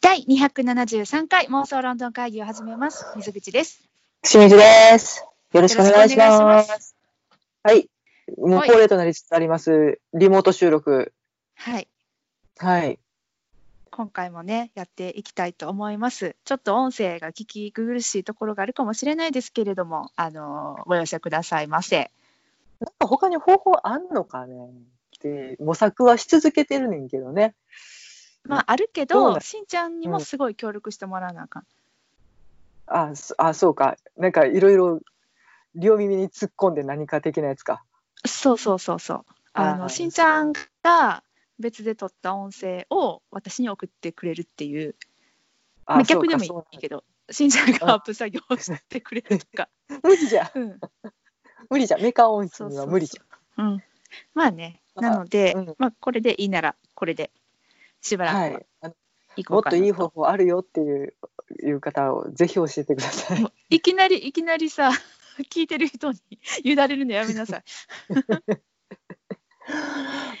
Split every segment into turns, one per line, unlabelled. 第273回妄想ロンドン会議を始めます。水口です。
清水です。よろしくお願いします。
す。
はい。もう
はい
恒例となりつつあります。リモート収録。
はい。
はい。
今回もね、やっていきたいと思います。ちょっと音声が聞き苦しいところがあるかもしれないですけれども、あのーご容赦くださいませ。
なんか他に方法あんのかねって模索はし続けてるねんけどね。
まあ、あるけ
そう
ど、
だ
しんちゃんにもすごい協力してもらわなあかん。
あ、そあそうか。なんかいろいろ両耳に突っ込んで何か的なやつか。
そうそうそうそう。あの、
はい
しんちゃんが別で撮った音声を私に送ってくれるっていう、
あ
まあ、逆でもい
そうか
いけど、しんちゃんがアップ作業をしてくれるとか。
そう無理じゃ。
うん
無理じゃ。メカ音質
そう
に
そう
は
そう
無理じゃ。
うん、まあね、
まあ
なので、
うん
まあこれでいいならこれでしばらく
は。
はい
あの
行こ
も
う
っ
か
と
なと、
いい方法あるよっていういう方をぜひ教えてください。
もういきなりいきなりさ 聞いてる人に委ねるのやめなさ い。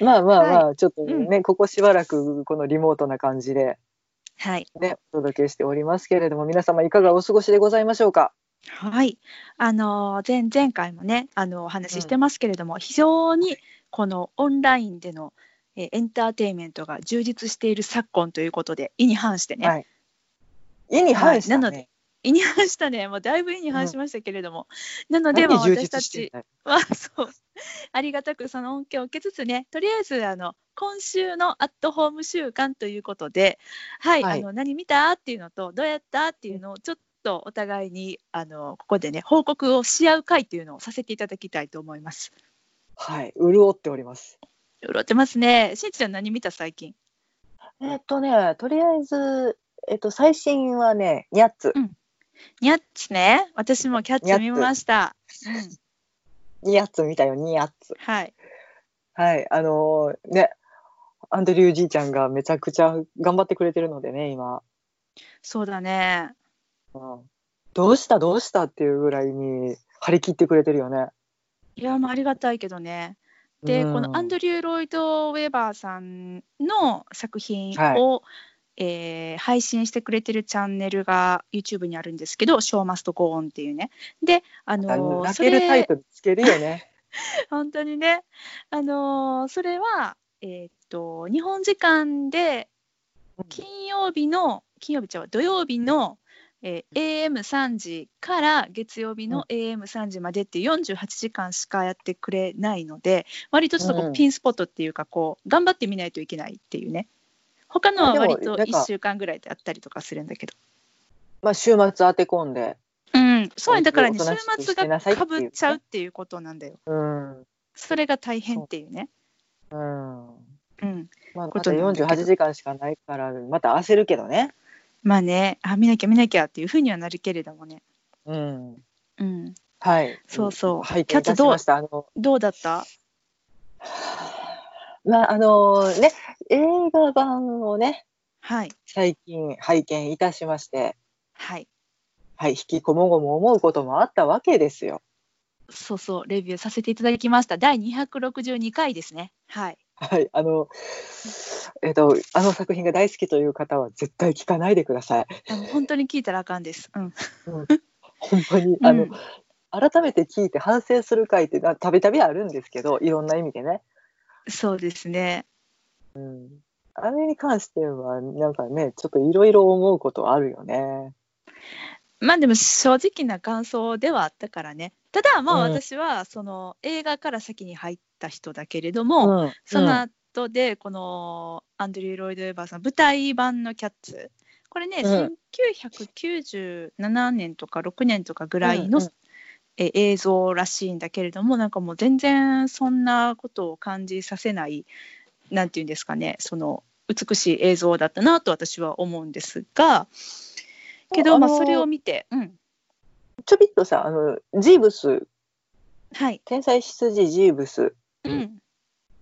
まあまあまあ、ちょっと
うん
ね、ここしばらくこのリモートな感じで
はい、
ね、お届けしておりますけれども、皆様いかがお過ごしでございましょうか。
はい、あの前前回もねあのお話ししてますけれども、非常にこのオンラインでのえーエンターテインメントが充実している昨今ということで意に反してね、
はい意に反した、ね。
はいなの意に反したねもうだいぶ意に反しましたけれども、なの
何
でまあ
充
私た
実して
ち
んだい
まあそうありがたくその恩恵を受けつつねとりあえずあの今週のアットホーム週間ということで、はい
はい
あの何見たっていうのとどうやったっていうのをちょっとお互いにあのここでね報告をし合う会というのをさせていただきたいと思います。
はい、潤っております。
うろってますね。しんちゃん何見た最近？
えっとね、とりあえず、えっと、最新はね、ニャッツ。
ニャッツね。私もキャッ
ニャ
ツ
ッ
見
ツ
ました。うん、
ニャッツ見たよ、ニャッツ。
はい。
はい、あのーね、アンドリューじいちゃんがめちゃくちゃ頑張ってくれてるのでね、今。
そうだね。
うん、どうした、どうしたっていうぐらいに張り切ってくれてるよね。
いやもうありがたいけどね。で、
うん
このアンドリュー・ロイド・ウェバーさんの作品
はい
を、えー配信してくれてるチャンネルが YouTube にあるんですけど「Show Must Go On」っていうね。であ
あの
のー
泣
そ
けるタイ
れ
トルつけるよね。
本当にねあのーそれは、えーっと日本時間で金曜日の金曜日ちゃうわ土曜日の、えー AM3 時から月曜日の AM3 時までっていう48時間しかやってくれないので割とちょっとこう
うん
ピンスポットっていうかこう頑張ってみないといけないっていうね他のは割と1週間ぐらいであったりとかするんだけど。
まあ、週末当て込んで。
うん、そうねだからね週
おとなしく
末
して
が
なさいって
か
いう
ぶ
ね
っちゃうっていうことなんだよ
うん。
それが大変っていうね
うん。
うん
まあ、
こ
ま
と
た
なんだけど
48時間しかないから、また焦るけどね。
まあねあ見なきゃ見なきゃっていうふうにはなるけれどもね
うん。
うん
はい。
そうそう
はい、
キャッツ
いたしました。あの、
どうだった
まあ、あのね、映画版をね、
はい
最近拝見いたしまして、
はい
はい、引きこもごも思うこともあったわけですよ。
そうそう、レビューさせていただきました。第262回ですね。はい。
はい、あの、えっ、と、あの作品が大好きという方は絶対聞かないでください。
あの本当に聞いたらあかんです。うん。
本当に、あの、
うん
改めて聞いて反省する回ってなたびたびあるんですけど、いろんな意味でね。
そうですね。
うんあれに関しては、なんかね、ちょっといろいろ思うことあるよね。
まあでも正直な感想ではあったからね。ただまあ
うん
私はその映画から先に入った人だけれども、
ん、
その後でこのアンドリュー・ロイド・エバーさん舞台版の「キャッツ」これね、
うん
1997年とか6年とかぐらいの、
うんうん
え映像らしいんだけれどもなんかもう全然そんなことを感じさせないなんていうんですかねその美しい映像だったなと私は思うんですがけど、
あ
まあ、
のー
それを見て、うん、
ちょびっとさ、あの、ジーブス、
はい、
天才羊ジーブス、
うん、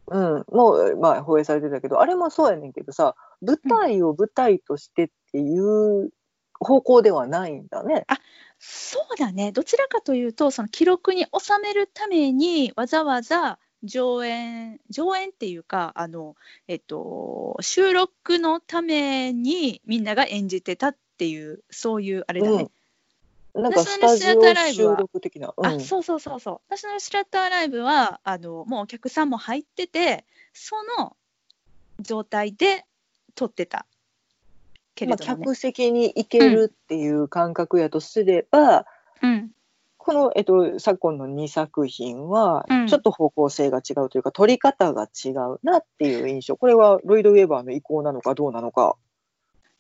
うん、もう、まあ、放映されてたけど、あれもそうやねんけどさ、舞台を舞台としてっていう方向ではないんだね。
そうだねどちらかというとその記録に収めるためにわざわざ上演上演っていうかあの、えっと、収録のためにみんなが演じてたっていうそういうあれだね、
うん、なんかスタジオ収録的な、うん、
あそうそうそうそう私のシュラッターライブはあのもうお客さんも入っててその状態で撮ってたけ
ま
れ
あ、
どもね、
客席に行けるっていう感覚やとすれば、
うん
この、えっと、昨今の2作品は
うん
ちょっと方向性が違うというか、撮り方が違うなっていう印象これはロイド・ウェーバーの意向なのかどうなのか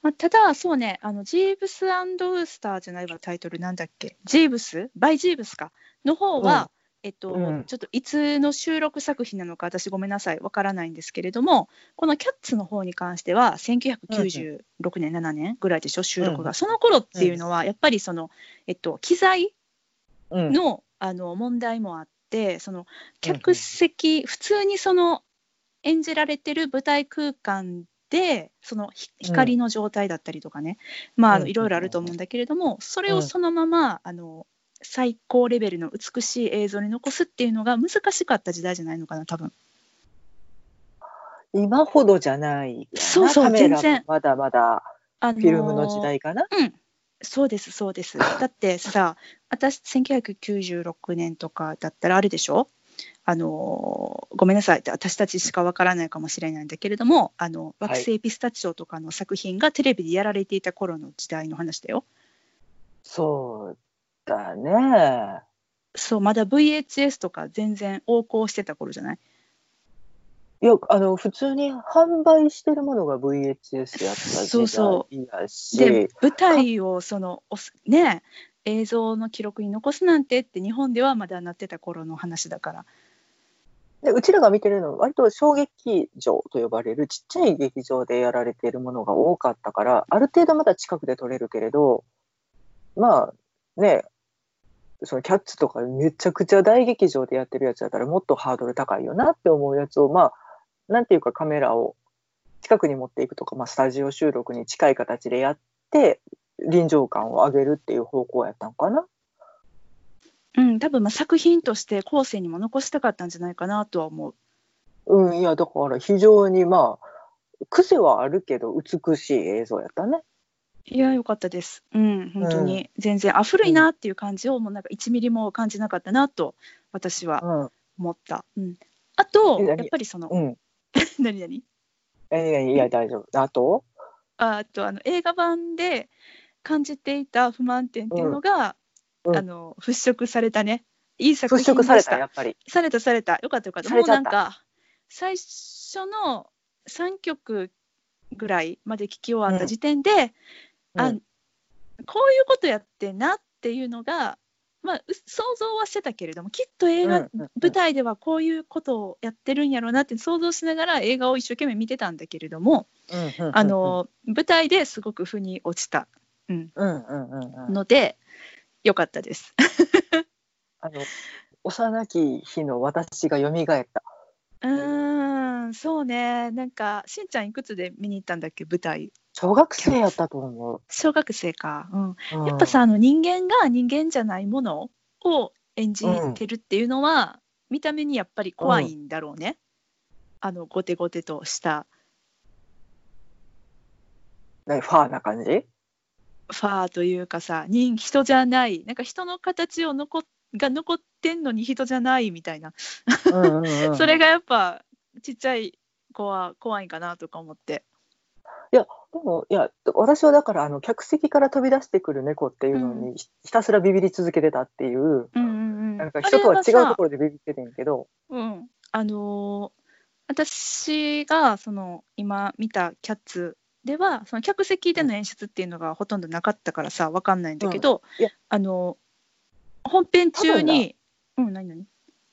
まあ、ただそうねあのジーブスウースターじゃないわタイトルなんだっけジーブスバイジーブスかの方は、えっと
うん
ちょっといつの収録作品なのか私ごめんなさいわからないんですけれどもこの「キャッツ」の方に関しては1996年、7年ぐらいでしょ収録が、
うん
その頃っていうのはやっぱりその、えっと、機材
うん
の,、あの問題もあってその客席、普通にその演じられてる舞台空間でそのひ
うん
光の状態だったりとかね、まああ
う
の
ん
いろいろあると思うんだけれどもそれ
う
を
ん
そのまま、あの最高レベルの美しい映像に残すっていうのが難しかった時代じゃないのかな多分
今ほどじゃないかな
そうそう
カメラ
全然
もまだまだ
あの
フィルムの時代かな、
うん、そうですそうです。だってさ、私1996年とかだったらあれでしょ？あのごめんなさい私たちしかわからないかもしれないんだけれどもあの
はい
惑星ピスタチオとかの作品がテレビでやられていた頃の時代の話だよ。
そうだね
そうまだ VHS とか全然横行してた頃じゃない
いやあの普通に販売してるものが VHS やった
そ
時
うそ
代やし
で舞台をそのおすね映像の記録に残すなんてって日本ではまだなってた頃の話だから
でうちらが見てるのは割と小劇場と呼ばれるちっちゃい劇場でやられているものが多かったからある程度まだ近くで撮れるけれどまあねそのキャッツとかめちゃくちゃ大劇場でやってるやつだったらもっとハードル高いよなって思うやつをまあなんていうかカメラを近くに持っていくとか、まあ、スタジオ収録に近い形でやって臨場感を上げるっていう方向やったんかな。
うん、多分まあ作品として後世にも残したかったんじゃないかなとは思う。
うん、いやだから非常にまあ癖はあるけど美しい映像やったね。
いや、良かったです。うん、本当に、全然、あ、古いなっていう感じを、もうなんか1ミリも感じなかったなと、私は
う
思った。うん。あと、
え
やっ
何
ぱりその、
ん、うん、
何々
えいやいや大丈夫。あと、
ああと、あの、映画版で感じていた不満点っていうのが、
うんうん
あの、払拭されたね。いい作
払
品で
拭
し
さ
た。
れたやっぱり。
されたされたよかったよかった
さ
も
れ
う
ちゃ
な
った
んか最初の3曲ぐらいまで聴き終わった時点で、
うん
あ
うん
こういうことやってんなっていうのが、まあ、う想像はしてたけれどもきっと映画、
うんうんうん
舞台ではこういうことをやってるんやろうなって想像しながら映画を一生懸命見てたんだけれども、あ、の舞台ですごく腑に落ちた
うんうんうんうん。
のでよかったです。
あの幼き日の私が蘇った。
うーんそうねなんかしんちゃんいくつで見に行ったんだっけ舞台
小学生やったと思
小学生か、う
う。うん
ん、やっぱ、さあの人間が人間じゃないものを演じてるっていうのは、見た目にやっぱり怖いんだろうね、あのゴテゴテとした
ね、ファーな感じ。
ファーというかさ人人じゃないなんか人の形を残っが残ってんのに人じゃないみたいな、
うんうんうん
それがやっぱちっちゃい子は怖いんかなとか思って。
でもいや私はだからあの客席から飛び出してくる猫っていうの
う
にひひたすらビビり続けてたっていう、
うんうんうん
なんか人とは違う
あれさ
ところでビビっててんやけど、
うん、あのー私がその今見た「キャッツ」ではその客席での演出っていうのがほとんどなかったからさわかんないんだけど、
うんいや
あのー本編中に「うん何何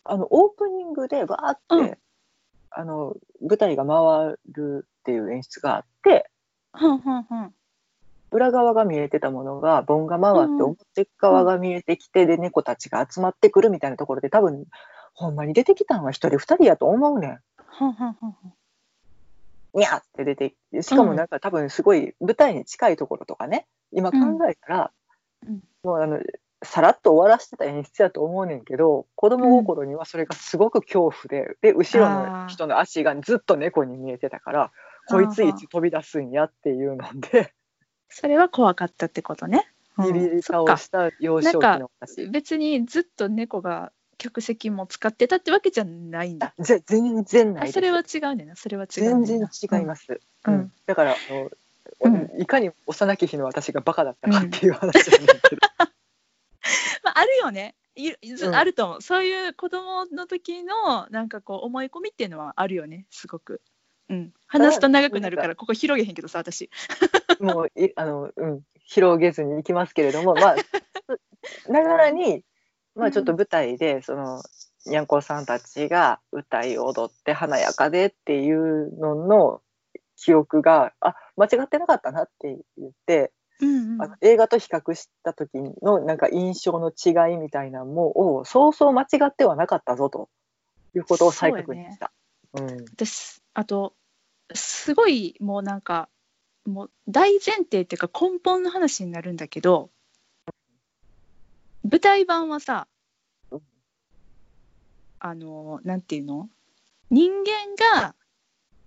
あのオープニングでバーって、
うん
あの舞台が回るっていう演出があって
はんはんはん
裏側が見えてたものが盆が回って
うん
表側が見えてきて、で猫たちが集まってくるみたいなところで多分ほんまに出てきたんは一人二人やと思うねん。
はんはんはんはん
にゃーって出てきてしかもなんか多分すごい舞台に近いところとかね今考えたら、
うん
もうあのさらっと終わらせてた演出やと思うねんけど子供心にはそれがすごく恐怖で、で後ろの人の足がずっと猫に見えてたからこいついつ飛び出すんやっていうので
それは怖かったってことね。うん
ビビり
そ
倒
っか
した幼少期の私。
別にずっと猫が客席も使ってたってわけじゃないんだ
あ。ぜ全然ない
あ
です
それは違うねんな。それは違うねん
全
な。
然違います、
う
うんん
うん
だからあの、
うん
いかに幼き日の私がバカだったかっていう話なんだけど、
まあ、あるよね。いず
うん
あると思う、そういう子供の時のなんかこう思い込みっていうのはあるよねすごく、うん、話すと長くなるからここ広げへんけどさ私
もういあの、うん、広げずにいきますけれど もまあながらに、まあ、ちょっと舞台でそのにゃんこさんたちが歌い踊って華やかでっていうのの記憶があ間違ってなかったなって言って
うんうん
あの映画と比較した時のなんか印象の違いみたいなのもおうそうそう間違ってはなかったぞということを再確認した。うん
私あとすごいもうなんかもう大前提っていうか根本の話になるんだけど舞台版はさ
うん
あのなんていうの人間が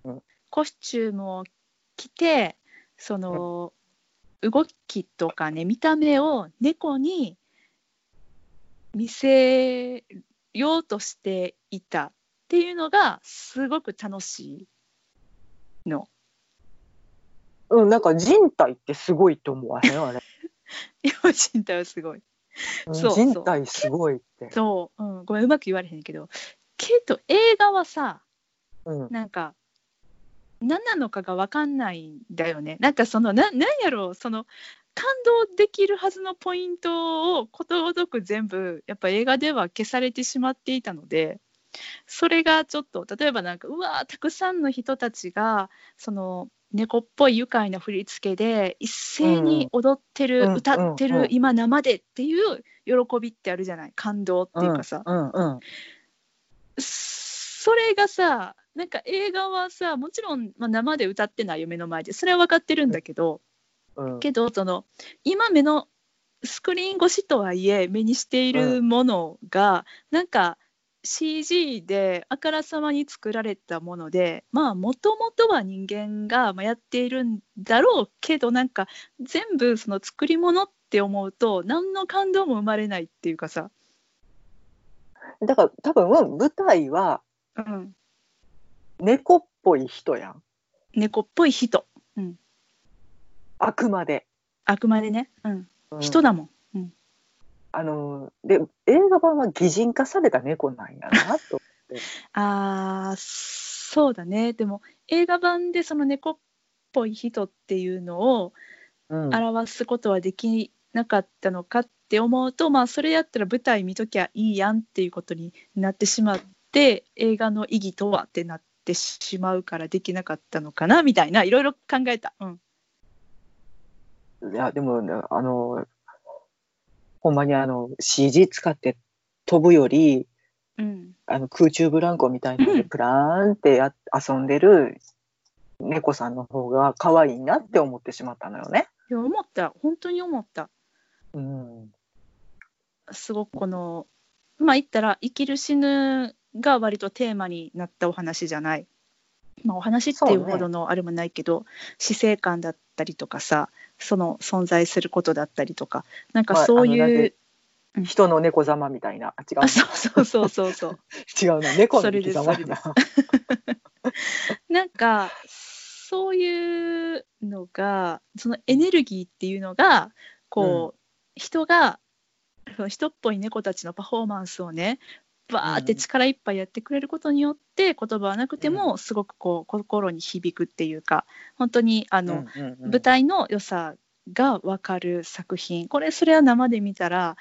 うん
コスチュームを着てその動きとかね見た目を猫に見せようとしていたっていうのがすごく楽 しいの。
うん、なんか人体ってすごいと思わへんあれ。
両人体はすごい。
うん
そう
人体すごいって。
そう、うん、ごめんうまく言われへんけどけど映画はさ
うん、
なんか何なのかが分かんないんだよね。なんかそのななんやろうその感動できるはずのポイントをことごとく全部やっぱ映画では消されてしまっていたのでそれがちょっと例えばなんかうわーたくさんの人たちがその猫っぽい愉快な振り付けで一斉に踊ってる、
うんうん
歌ってる、
うんうん
今生でっていう喜びってあるじゃない感動っていうかさ、
うんうん
それがさなんか映画はさもちろん、まあ、生で歌ってないよ目の前でそれは分かってるんだけど、
うん
けどその今目のスクリーン越しとはいえ目にしているものが、なんか CG であからさまに作られたものでまあもともとは人間がまあやっているんだろうけどなんか全部その作り物って思うと何の感動も生まれないっていうかさ、
だから多分舞台は
うん、
猫っぽい人やん
猫っぽい人
あくまで。
あくまでね、うん、
うん
人だもん。
あので映画版は擬人化された猫なんやなと。
ああそうだねでも映画版でその猫っぽい人っていうのを
うん
表すことはできなかったのかって思うと、まあそれやったら舞台見ときゃいいやんっていうことになってしまって映画の意義とはってなってしまうからできなかったのかなみたいないろいろ考えた。うん、
いやでもねあのほんまにあの CG 使って飛ぶより
うん、
あの空中ブランコみたいなの
う
で
ん
プラーンってや遊んでる猫さんの方が可愛いなって思ってしまったのよね。
いや思った本当に思った。
うん、
すごくこのまあ言ったら生きる死ぬが割とテーマになったお話じゃない、まあ、お話っていうほどのあれもないけど、死生観だったりとかさその存在することだったりとかなんか
まあ
そう
あのなん
いう
て、人の猫ざまみたいなあ違う
あそうそうそうそうそう
違うな猫
そ
の
れで
生
す
きざまやな。
なんかそういうのがそのエネルギーっていうのがこう、人がその人っぽい猫たちのパフォーマンスをねバーって力いっぱいやってくれることによって、言葉はなくてもすごくこう心に響くっていうか本当にあの、
うんうんうん
舞台の良さが分かる作品これそれは生で見たら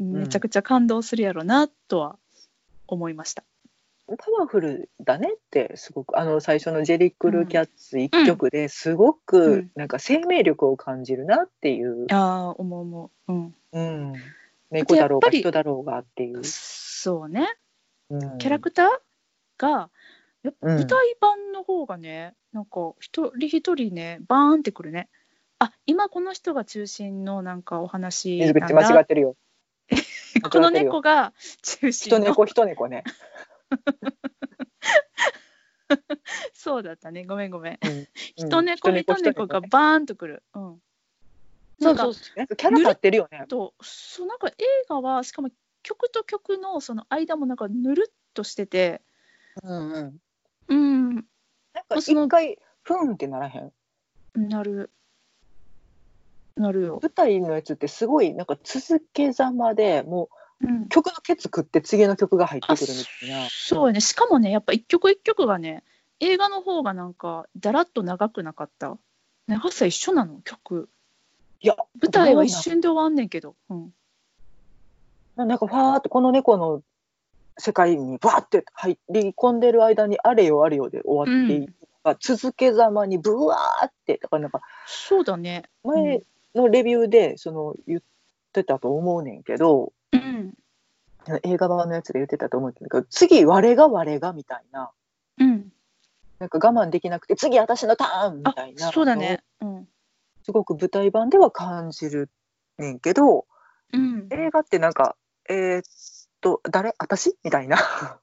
めちゃくちゃ感動するやろなとは思いました。
パワフルだねってすごくあの最初の「ジェリックル・キャッツ」一曲です
う
ご
ん
くなんか生命力を感じるなっていう、
ああ思う思う、うん、
うん、猫だ
や
ろう
っぱ
が
り
人だろうがっていう、
そうね
うん、
キャラクターがやっぱ
うん
舞台版の方がね、なんか一人一人ねバーンってくるねあ今この人が中心のなんかお話
水
なん
口間違
だ
ってるよく
こ
な
の
ってるよ
猫が中
人
心の
猫人猫ね。
そうだったねごめんごめん
うんうん
人猫人猫が
ね
バーンとくるうん
そ
なん
う
か
そうそうなんかキャラ立ってるよね。
とそうなんか映画はしかも曲と曲のその間もなんかぬるっとしてて
うんうん。
うん
なんか一回ふんってならへん。
なるなるよ、
舞台のやつってすごいなんか続けざまでも
うん
う、曲のケツ食って次の曲が入って
あ
くるみたいな。
そうやねしかもねやっぱ一曲一曲がね映画の方がなんかだらっと長くなかった長さ一緒なの曲
いや
舞台は一瞬で終わんねんけど、うん、
なんかファーっとこの猫の世界にバーって入り込んでる間にあれよあれよで終わっていくが、続けざまにブワーってだからなんか
そうだね
前のレビューでその言ってたと思うねんけど、
うん
映画版のやつで言ってたと思うけど次我が我がみたいな
うん
なんか我慢できなくて次私のターンみ
あ
たいな
そうだねうん
すごく舞台版では感じるねんけど
うん、
映画ってなんかえーっと誰私みたいな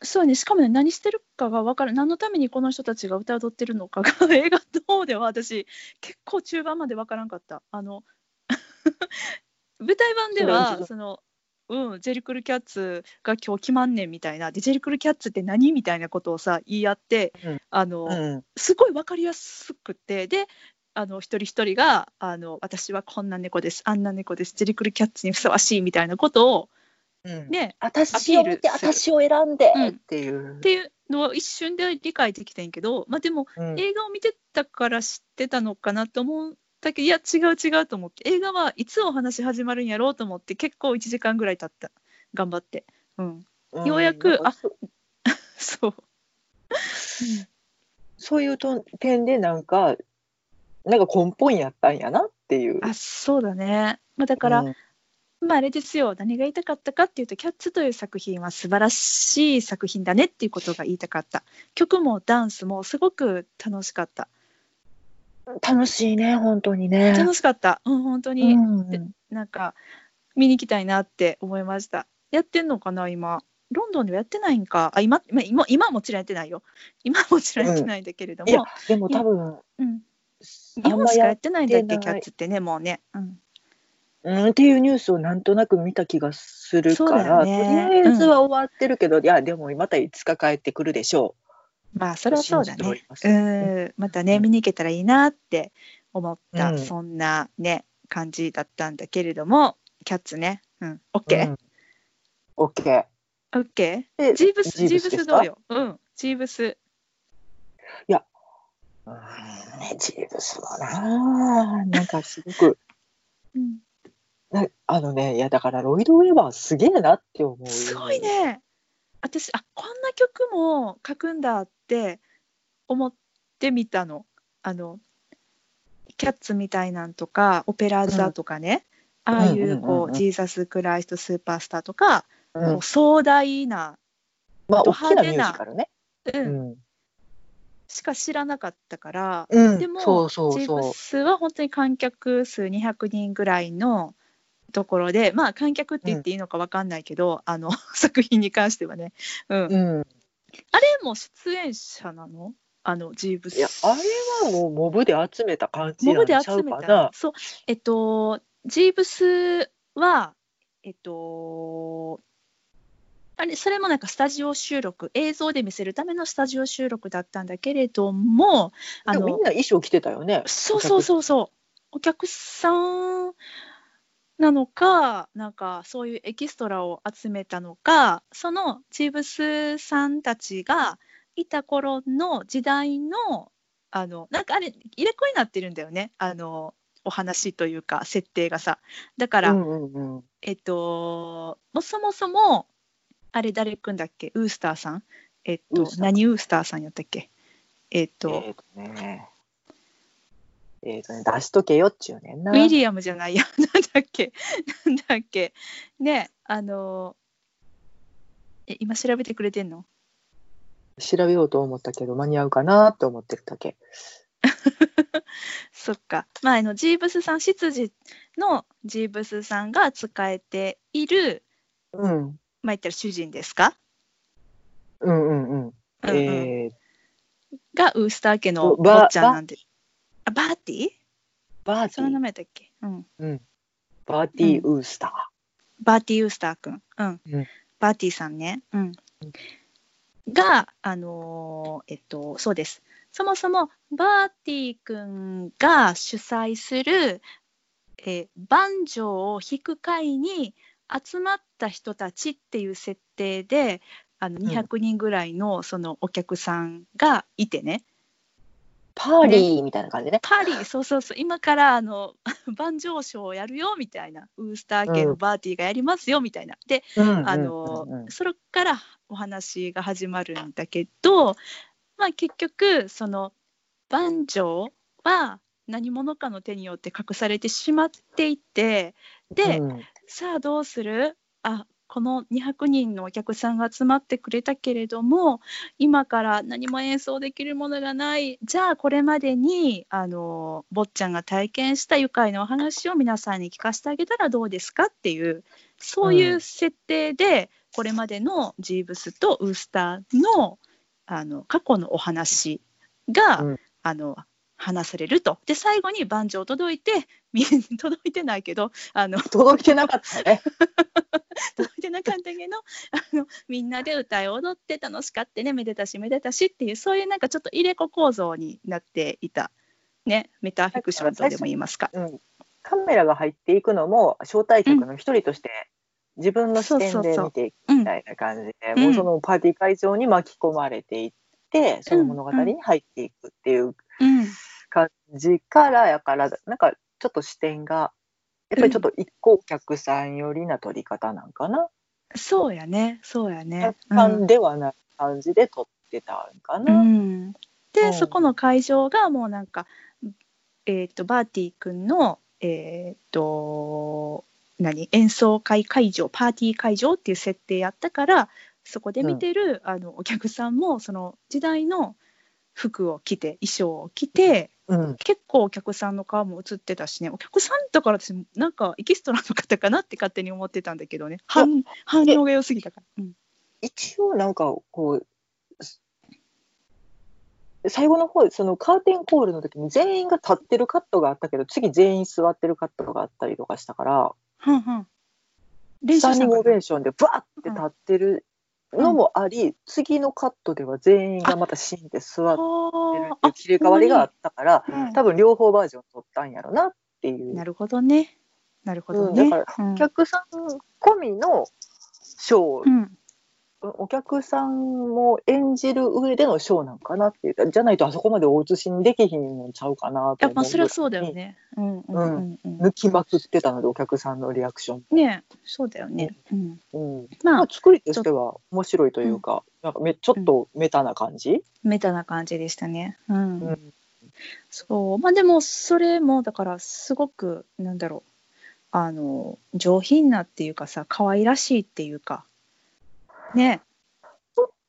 そうねしかもね何してるかが分かる何のためにこの人たちが歌を踊ってるのかが 映画の方では私結構中盤まで分からんかったあの 舞台版で
そうなんで
は
す
その、うん、ジェリクル・キャッツが今日決まんねんみたいなでジェリクル・キャッツって何みたいなことをさ言い合って、
うん
あの
うん
すごい分かりやすくてであの一人一人があの「私はこんな猫ですあんな猫ですジェリクル・キャッツにふさわしい」みたいなことを
うん
ね
私を見て
アピールする
私を選んで
うん
っていう
っ、ていうのは一瞬で理解できてんけど、まあ、でも
うん
映画を見てたから知ってたのかなと思ったけどいや違う違うと思って映画はいつお話始まるんやろうと思って結構1時間ぐらい経った頑張って、うん、
うん
ようやく
なんか
あ
そ
そう、
そういうと点でなんかなんか根本やったんやなっていう
あそうだね、まあ、だから、
うん
まあ、あれですよ何が言いたかったかっていうと「キャッツ」という作品は素晴らしい作品だねっていうことが言いたかった曲もダンスもすごく楽しかった
楽しいね本当にね
楽しかったうん本当に、
うん
なんか見に行きたいなって思いました。やってんのかな今。ロンドンではやってないんか。あ今まあ今今はもちろんやってないよ。 今はもちろんやってないんだけれど
いや
も、
でも多分
うん、
あ
日
ん
本
ま
しか
や
やってないんだっ
や
け
って
キ
ない
ャッツってねもうね。うん、
うん、っていうニュースをなんとなく見た気がする
そう
か
だよ
ら、
ね
とりあえずは終わってるけど、いやでもまたいつか帰ってくるでしょ。
まあそうれはそうだ
信じており
ね。
ます
うんまたね見に行けたらいいなって思った、
うん
そんなね感じだったんだけれどもキャッツね。うん。オッケー。
うんオッケー。
オッケ
で
ー。ジーブスジーブ
で
ス
す
ど
か
うよ。うん。ジーブス。
うんねジーブスもな、なんかすごく、
うん。
なあのね、いやだからロイド・ウェバーすげえなって思う。
すごい。ね私あこんな曲も書くんだって思ってみたのあのキャッツみたいなんとかオペラ座とかね、
ん
ああい
うんうんうんう
うんこうジーザス・クライスト・スーパースターとか、
うん
こう、壮大な、
まあ
ド
大き
派
な
手な
ミュージカルね。
う
うんん。
しか知らなかったから、
うん
でも
そうそう
ジー
そ
ブスは本当に観客数200人ぐらいのところでまあ観客って言っていいのか分かんないけど、あの 作品に関してはね。うん
う。うん。
あれも出演者なのあのジーブス。
いやあれはもうモブで集めた感じ
モ
なん
ブ
ち
で
ゃう
集め
か
た
な。。
そう。えっと、ジーブスは、えっと、あれ、それもなんかスタジオ収録、映像で見せるためのスタジオ収録だったんだけれども、あ
でもみん
の、
な衣装着てたよね。
そうそうそうそう、お客さんなのか、なんかそういうエキストラを集めたのか、そのジーブスさんたちがいた頃の時代の、あの、なんかあれ、入れ子になってるんだよね、あの、お話というか、設定がさ。だから、
うんうんうん。
えっと、もうそもそも、あれ誰くんだっけ、ウースターさん。えっ
ウー
と
ス、ター
何ウースターさんやったっけ。えっと、
えっ、ー、とね。えっ、ー、とね、出しとけよっちゅうねんな。
ウィリアムじゃないや なんだっけなんだっけねあのえ今調べてくれてんの
調べようと思ったけど間に合うかなって思ってるだけ。
そっか。まあ、あの、ジーブスさん、執事のジーブスさんが使えている、
うん。
まあ、言ったら主人ですか
うんうん
う
うん。
んうん
えー、
がウースター家のお
ば
っちゃんなんで。あ、バーティー
バーテ
その
ィ
名
ー。
前だっけうん。
バーティーウースタ
バーティー・ウースターくん。うん。
うん
バーティーさんね。うん。が、あのーえっと、そうです。そもそも、バーティーくんが主催する、えー、バンジョーを弾く会に集まった人たちっていう設定で、あの
ん
200人ぐらいのそのお客さんがいてね、
ー。パーリーみたいな感じね。
パーリー、そうそうそう、今からあの 万丈賞をやるよみたいな、ウースター系のバーティーがやりますよみたいな。で、
うん
あの、
うんうん
それからお話が始まるんだけど、まあ、結局、その万丈は何者かの手によって隠されてしまっていて、で、
うん
さあどうするあこの200人のお客さんが集まってくれたけれども今から何も演奏できるものがないじゃあこれまでにあの坊ちゃんが体験した愉快なお話を皆さんに聞かせてあげたらどうですかっていうそういう設定で、これまでのジーブスとウースターのあの過去のお話が、
うん
あの話されるとで最後に盤上届いて み届いてないけどあの
届いてなかったね。
届いてなかったけどあのみんなで歌い踊って楽しかったねめでたしめでたしっていうそういうなんかちょっと入れ子構造になっていた、ね、メタフィクションとでも言いますか。
うん、カメラが入っていくのも招待客の一人として自分の視点で見ていく
うん
みたいな感じで、
うん
もうそのパーティー会場に巻き込まれていって、その物語に入っていくっていう
うん
感じからやからなんかちょっと視点がやっぱりちょっと一個客さん寄りな取り方なんかな、
そうやねそうやね。
客観ではない感じで撮ってたんか
う
な。
ん、で、
うん
そこの会場がもうなんか、えー、とバーティー君の、えー、と何演奏会会場パーティー会場っていう設定やったからそこで見てる、あのお客さんもその時代の服を着て衣装を着て
うん、
結構お客さんの顔も映ってたしねお客さんだから私なんかエキストラの方かなって勝手に思ってたんだけどね反反応が良すぎたから。うん
一応なんかこうす最後の方そのカーテンコールの時に全員が立ってるカットがあったけど次全員座ってるカットがあったりとかしたから
はんはん練
スタ
習した
ンディン
んか
グ
な
オベーションでバーって立ってるのもあり、次のカットでは全員がまたシーンで座ってるって
あ
い
ー
う切り替わりがあったから
あほんまに
多分両方バージョン撮ったんやろなっていう
なるほどね。なるほどね。
うんだ
うん
お客さん込みのショ
う
ー
ん
お客さんも演じる上でのショーなんかなっていうじゃないとあそこまで大写しにできひんのちゃうかなと
やっ
思
ぱ
う
それはそうだよね。うんうんうんうん
抜きまくってたのでお客さんのリアクション、
ねえそうだよね。うん、
うんま
ま
あ
あ、
作りとしては面白いというか,、なんかめちょっとメタな感じ、
メタな感じでしたね。うん。
うん
そう。まあでも、それも、だから、すごく、なんだろう。あの、上品なっていうかさ、可愛らしいっていうか。ね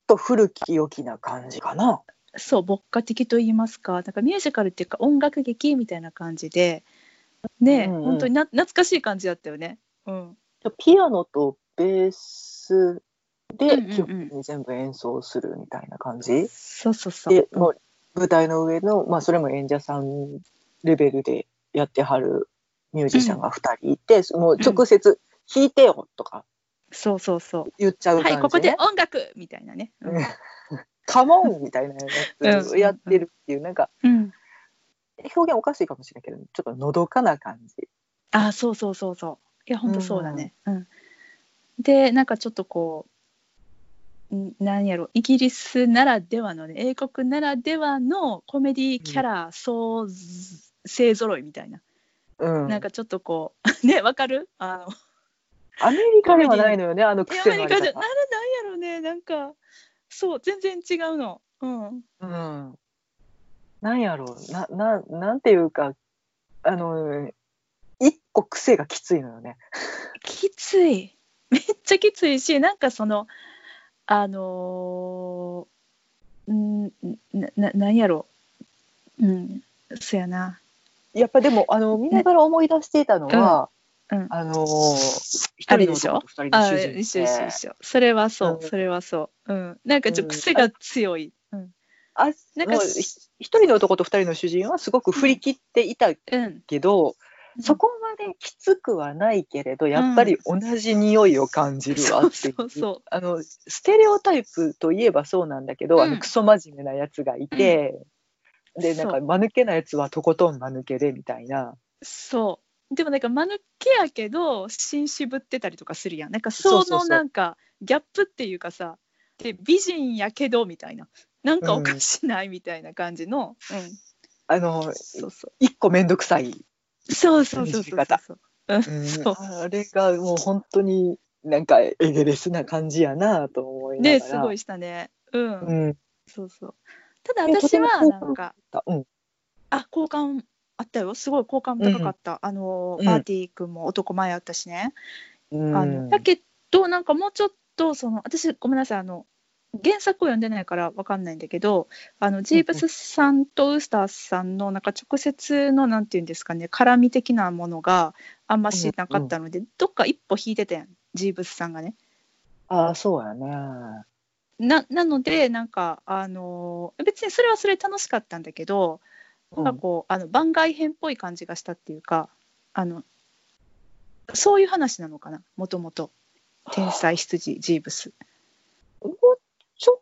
と古き良きな感じかな。
えそう、牧歌的と言いますか、なんかミュージカルっていうか、音楽劇みたいな感じで、ねえ、
うんうん
本当にな懐かしい感じだったよね。うん。
ピアノとベースで
うんうんうん
基本的に全部演奏するみたいな感じ、
そうそうそう。
でもう舞台の上の、まあ、それも演者さんレベルでやってはるミュージシャンが2人いて、もう直接「弾いてよ」とか
そうそうそう。
言っちゃう感
は
じ、
い、
ね
ここで音楽みたいなね。
うんカモン!」みたいなやつをやってるっていうなんか
うん。
表現おかしいかもしれないけどちょっとのどかな感じ。
あ、そうそうそうそう。いや、本当そうだね。うん。で、なんかちょっとこう、んなんやろ、イギリスならではのね、英国ならではのコメディキャラ総勢揃いみたいな。
うん、
なんかちょっとこう、 ね、わかるあの、
アメリカではないのよねあの
いや
癖
アメ
のあ
リカ
り
じゃ、な
方
らなんやろね、なんか、そう、全然違うの。うん。
うん、なんやろうなななんていうかあの一個癖がきついのよね。
きついめっちゃきついしなんかそのあのー、んなななんやろ、うん、そやな。
やっぱでも、あの、見ながら思い出していたのは、
うんうん
あのー、一
あ
人
れ
の
でし
男
ょ
と二人
あ
の主人
一緒一緒
です
一緒。それはそう、
うん
それはそう。うん。なんかちょっと癖が強い。うん。
あ
な
なんん
か
か一人の男と二人の主人はすごく振り切っていた
うん。
けど、そこまできつくはないけれどやっぱり同じ匂いを感じるわっていう,、
そうそうそう
あのステレオタイプといえばそうなんだけど、あ
うん
のクソ真面目なやつがいて、でなん
そ
か間抜けなやつはとことん間抜けでみたいな
そう。でもなんか間抜けやけど紳士ぶってたりとかするやん。なんかそ
そうそう
の
そう
なんかギャップっていうかさで美人やけどみたいななんかおかしないみたいな感じの、うん
あの
そうそ
一個面倒くさい、
うそうそうそうそうそうそうそう
あれがもう本当になんかエゲレスな感じやなと思いなが
ね
ら。
すごいしたねうん、
うん
そうそうただ
いやと
私
ても
は
好
な
感
んか
うん
あ好感あったよすごい好感高かった、あの
うん
パーティー君も男前やったしね、
うん
あのだけどなんかもうちょっとその私ごめんなさいあの原作を読んでないからわかんないんだけどあのジーブスさんとウスターさんのなんか直接のなんていうんですかね絡み的なものがあんましなかったので、どっか一歩引いてたやんジーブスさんがね。
ああ、そうやね。
ななのでなんかあの別にそれはそれで楽しかったんだけど、
うん
なんかこうあの番外編っぽい感じがしたっていうかあのそういう話なのかなもともと天才羊ジーブス。
もうちょっ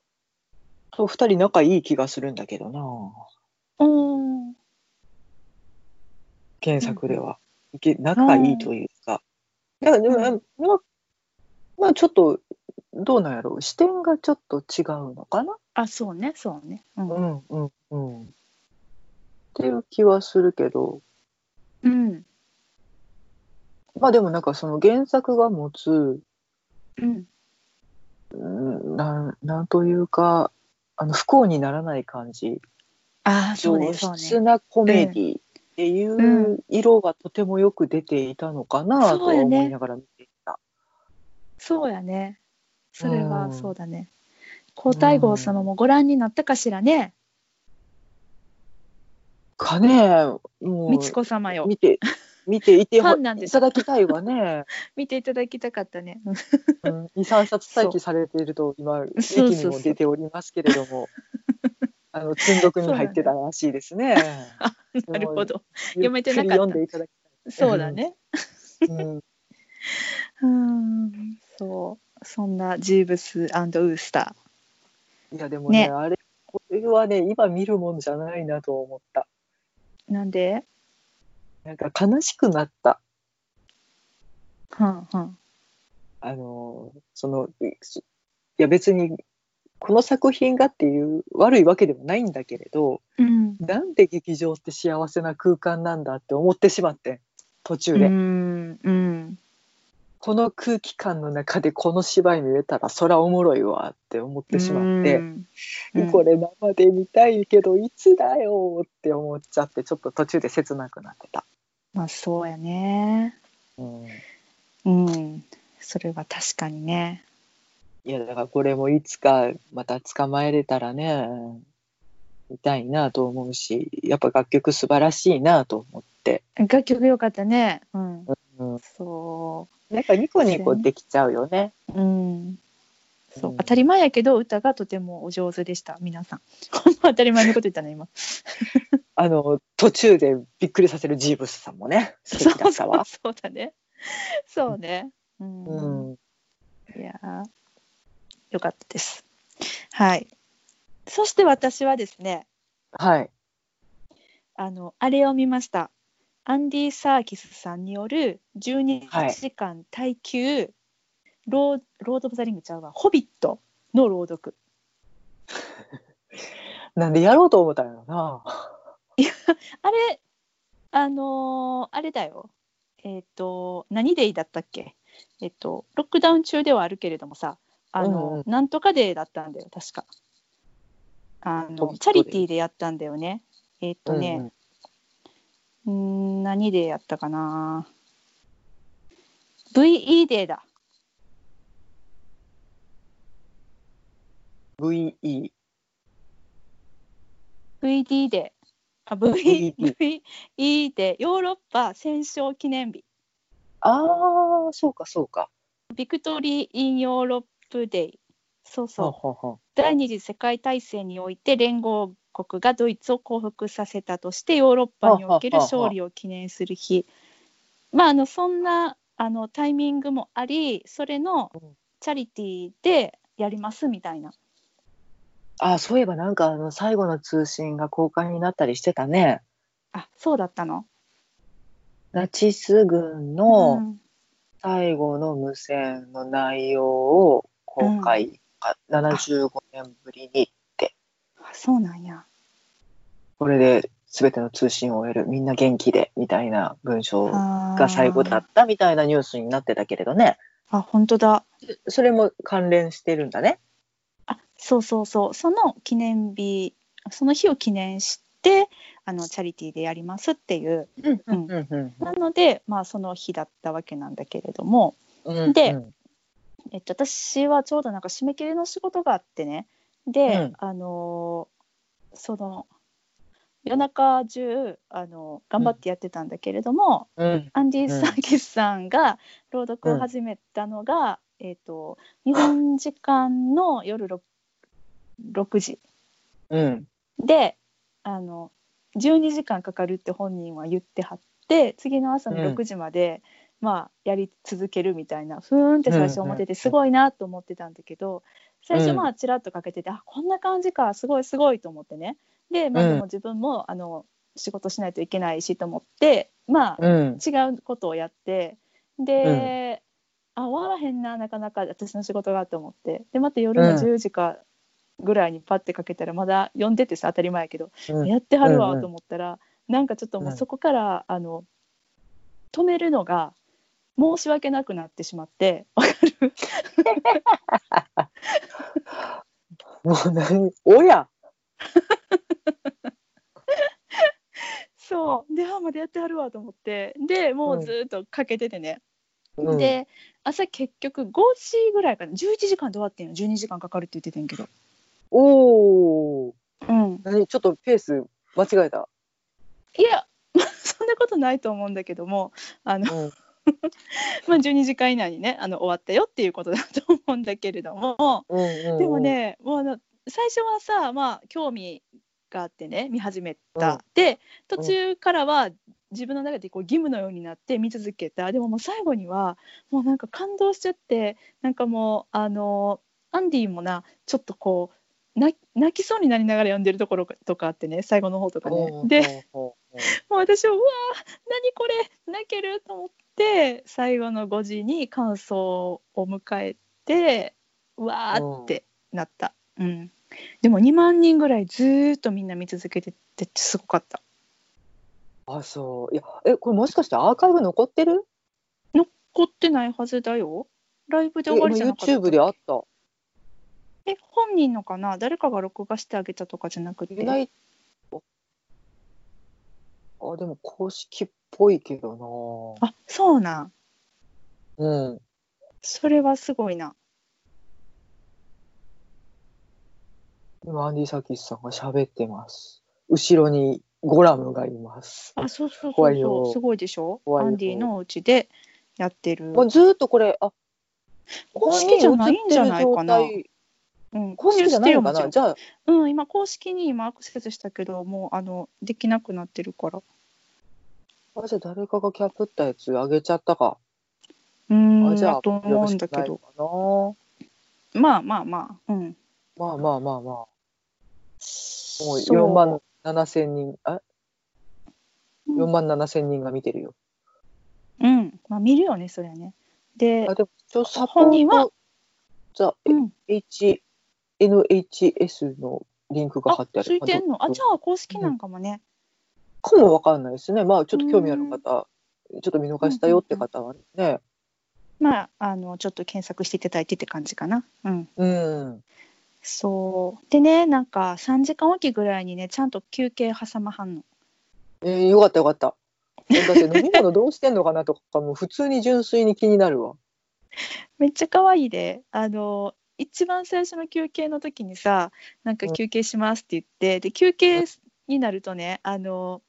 と二人仲いい気がするんだけどな、
おー
原作では。け仲いいというか。いや、でも、
うん
まあ、まあ、ちょっと、どうなんやろう。視点がちょっと違うのかな
あそうねそうね。うん
う
うん
ん、うん、うん。っていう気はするけど、
うん
まあでもなんかその原作が持つ、
うん
うんなんなんというか、あの不幸にならない感じ
あーそうね
上
そう
質
ね。
なコメディってい
ん
う色がとてもよく出ていたのかなとは
そうやね
思いながら見ていた。
そうやね。それはそうだね。皇
ん
太后様もご覧になったかしらね。
かねえも
美智
う
子様よ。
見て見ていて
フ
ほ
ァンなんで
い
しょ
ただきたいわ ね。
見ていただきたかったね。うん
うん、2、3冊待機されていると
そ
今
うそう
駅にも出ておりますけれど も。あの積読に入ってたらしいですね。
なるほど。
ゆ
読めてなかった
っくり読んでいただき
そうだね。
たい。うん
うん。そう。そんなジーブスウースタ
いやでもね
ね
あれこれはね今見るもんじゃないなと思った。
ー。なんで？
なんか悲しくなった。
はんはん。
あのそのいいや別にこの作品がっていう悪いわけでもないんだけれど
うん。
なんで劇場って幸せな空間なんだって思ってしまって途
う
中で、
んうん。
この空気感の中でこの芝居見れたらそらおもろいわって思ってしまっ
う
て、
んうん
これ生で見たいけどいつだよって思っちゃってちょっと途中で切なくなってた。
まあそうやね。
うん
うん。それは確かにね。
いやだからこれもいつかまた捕まえれたらね見たいなと思うしやっぱ楽曲素晴らしいなと思って、
楽曲良かったね。うん。
うん、
そ
なんかニコニコできちゃうよね。
う。うん。そう
うん
当たり前やけど歌がとてもお上手でした皆さん。 ほんま当たり前のこと言ったね 今。
あの途中でびっくりさせるジーブスさんもね素敵だったわ。
そうそうそうだね。そうね。うん。
うん、
いやー良かったです。はい。そして私はですね
はい。
あのあれを見ました。アンディ・サーキスさんによる12時間耐久、ローロード・オブ・ザ・リングちゃうわ「ホビット」の朗読。
なんでやろうと思ったんやろな。
あれ、あのーあれだよ。えっ、と、何デイだったっけえっ、と、ロックダウン中ではあるけれどもさ、あの、
うんうん
なんとかデーだったんだよ、確か。あ
ト
の、
ビットデイ
チャリティーでやったんだよね。えっ、とね、うん、ん何デーやったかな ?VE デーだ。
うんうん、VE
VD デあ V
VEP
VE でヨーロッパ戦勝記念日
ああ、そうか、そうか。
ビクトリー・イン・ヨーロップ・デイそうそう、
ははは
第二次世界大戦において連合国がドイツを降伏させたとしてヨーロッパにおける勝利を記念する日まああのそんなあのタイミングもありそれの
うん
チャリティーでやりますみたいな
あーそういえばなんかあの最後の通信が公開になったりしてたね。
あそうだったの
ナチス軍
う
の
ん
最後の無線の内容を公開、あ75年ぶりに
あそうなんや
これで全ての通信を終えるみんな元気でみたいな文章が
が
最後だったみたいなニュースになってたけれどね
あ本当だ
それも関連してるんだね。
あそうそうそうその記念日その日を記念してあのチャリティーでやりますっていう
うん
うん
うんうん
なのでまあその日だったわけなんだけれども、
うん
で
うん
えっと、私はちょうどなんか締め切りの仕事があってねで、
うん
あのーその夜中中、あの頑張ってやってたんだけれども、
うん
アンディ・
うん
サーキスさんが朗読を始めたのが、えっと日本時間の夜 6, 6時
うん
であの12時間かかるって本人は言ってはって次の朝の
うん
6時まで、まあ、やり続けるみたいなふーんって最初思って
うんうんう
て
ん
すごいなと思ってたんだけど最
う
初
ん
まあちらっとかけてて、あこんな感じかすごいすごいと思ってねで,、まあ、
うん
でも自分もあの仕事しないといけないしと思ってまあ
うん
違うことをやってで、あ終わらへんななかなか私の仕事がと思ってでまた夜
うん
の10時かぐらいにパッてかけたらまだ呼んでてさ当たり前やけど、
うん
やってはる
うんう
わ
ん
と思ったら、なんかちょっともううんそこから、あの止めるのが申し訳なくなってしまってわかる
もう何おや
そうであまだやってはるわと思ってでもうずっとかけててね、
うん
で朝結局5時ぐらいかな11時間で終わってんよ12時間かかるって言ってたんやけど。
おお
うん
何ちょっとペース間違えた、
いや、 そんなことないと思うんだけども、あの、
うん
まあ、12時間以内にね、あの終わったよっていうことだと思うんだけれども、
うんうんうん
でもね、もうあの最初はさ、まあ、興味があってね、見始めた。
うん
で、途中からは自分の中でこう義務のようになって見続けた。でももう最後には、もうなんか感動しちゃって、なんかもう、あの、アンディもな、ちょっとこう、泣泣きそうになりながら読んでるところとかあってね最後の方とかね。で
ほうほうほう
もう私はうわー何これ泣けると思って最後の5時に感想を迎えてうわーってなった、うん、でも2万人ぐらいずーっとみんな見続けててすごかった
ほうあそういやえこれもしかしてアーカイブ残ってる
凝ってないはずだよライブで
え
終わ
今
りじゃなかった
YouTube であった
え本人のかな誰かが録画してあげたとかじゃなくて
いないあでも公式っぽいけどな
あそうなん
うん
それはすごいな
今アンディ・サキスさんが喋ってます後ろにゴラムがいます
あそうそうそ
怖
う
い
そ
よ
うすごいでしょ
怖い
ア
よ
ンディのお家でやってる
もうずーっとこれあ
公式じゃないんじゃないかな
ここに映ってる状態
うん、
公式じゃないのか
してる
な
もち
じゃあ
ろんうん、今公式に今アクセスしたけど、もうあのできなくなってるから。
あじゃあ誰かがキャプったやつあげちゃったか
うーん、
あじゃあ
だと思うんだけど。
ど
まあまあまあ、うん。
まあまあまあまあもう
そう
4万7千人あ
うん
4万7千人が見てるよ
うん、まあ見るよね、そりゃね。で
あ、でも一応サポ
本人
ー
は
トザ
うん
HNHS のリンクが貼
あ
っ、てある
ついてんの。
ま
あ、
ど
じゃあ公式なんかもね。
かもわかんないですねまあちょっと興味ある方ちょっと見逃したよって方はね
まあ、あのちょっと検索していただいてって感じかな。うん。
うん
そう。でね、なんか3時間おきぐらいにね、ちゃんと休憩挟まはんの。
えーよかったよかっただって飲み物どうしてんのかなとかもう普通に純粋に気になるわ
めっちゃ可愛いで、あの一番最初の休憩の時にさ、なんか
うん
休憩しますって言って、で休憩になるとねあの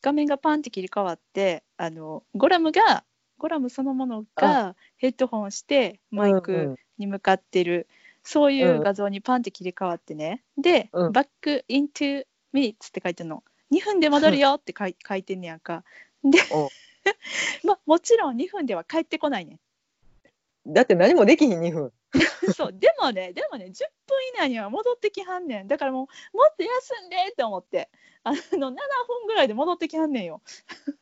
画面がパンって切り替わってあのゴラムがゴラムそのものがヘッドホンしてマイ
うんう
ク
ん
に向かってる、そういうんう画像にパンって切り替わってねで、
うん
バックイントゥミニッツって書いてんの2分で戻るよって 書い書いてんねやんかで
お
まもちろん2分では帰ってこないねん
だって何もできひん2分。
そうでもねでもね10分以内には戻ってきはんねんだからもうもっと休んでって思ってあの7分ぐらいで戻ってきはんねんよ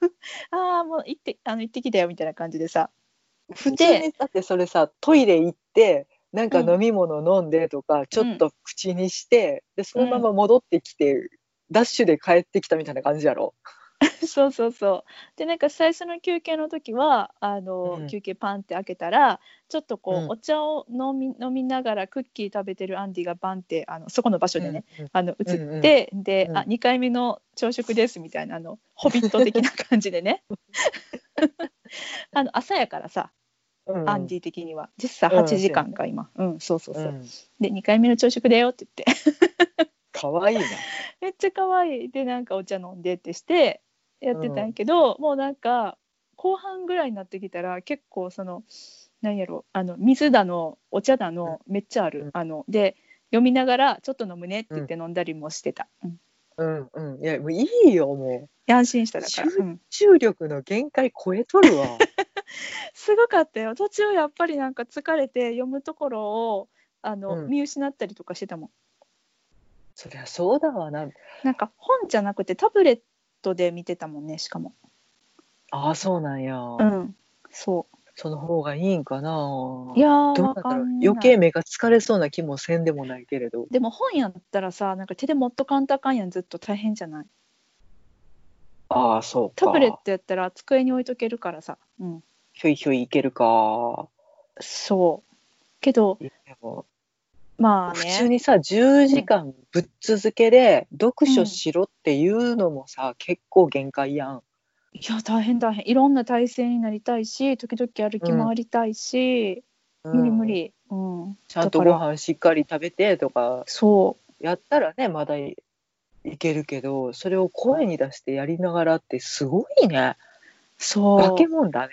ああもう行ってあの行ってきたよみたいな感じでさ
普通にだってそれさトイレ行ってなんか飲み物飲んでとか、ちょっと口にしてでそのまま戻ってきて、ダッシュで帰ってきたみたいな感じやろ。
そうそうそうでなんか最初の休憩の時はあの、
うん
休憩パンって開けたらちょっとこう、
うん
お茶を飲み飲みながらクッキー食べてるアンディがバンってあのそこの場所でね、あの映って、で、
うん
あ2回目の朝食ですみたいなあのホビット的な感じで ねあの朝やからさ、
うんうん、
アンデ
ィ、
ィ的には実際
うん
8時間か今うん、そうそうそう、
うん、
で2回目の朝食だよって言って
かわいいな。
めっちゃ可愛いでなんかお茶飲んでってしてやってたんやけど、もうなんか後半ぐらいになってきたら結構そのなんやろあの水だのお茶だのめっちゃある、
うん
あので読みながらちょっと飲むねって言って飲んだりもしてた、うん、
うんうん、いやもういいよもう
安心しただから、うん
重力の限界超えとるわ。
すごかったよ途中やっぱりなんか疲れて読むところをあの、
うん
見失ったりとかしてたもん
そりゃそうだわな。
なんか本じゃなくてタブレットで見てたもんねしかも
ああそうなんや、
うんそ
その方がいいんかな。
ういやー
どう
わ
なんだ
か
ろうん
ない
余計目が疲れそうな気もせんでもないけれど。
でも本やったらさなんか手で持っとかんとあかんやんずっと大変じゃない
ああそうか。
タブレットやったら机に置いとけるからさうん
ひょいひょいいけるか。
そうけど
いやでも
まあ
普通
ね
にさ10時間ぶっ続けで読書しろっていうのもさ、結構限界やん。
いや大変大変いろんな体勢になりたいし時々歩き回りたいし、無理無
うん。
理うん
ちゃんと
だ
ご
から
飯しっかり食べてとか
そう
やったらねまだいいけるけどそれを声に出してやりながらってすごいね。
そ
化
う
け物だね。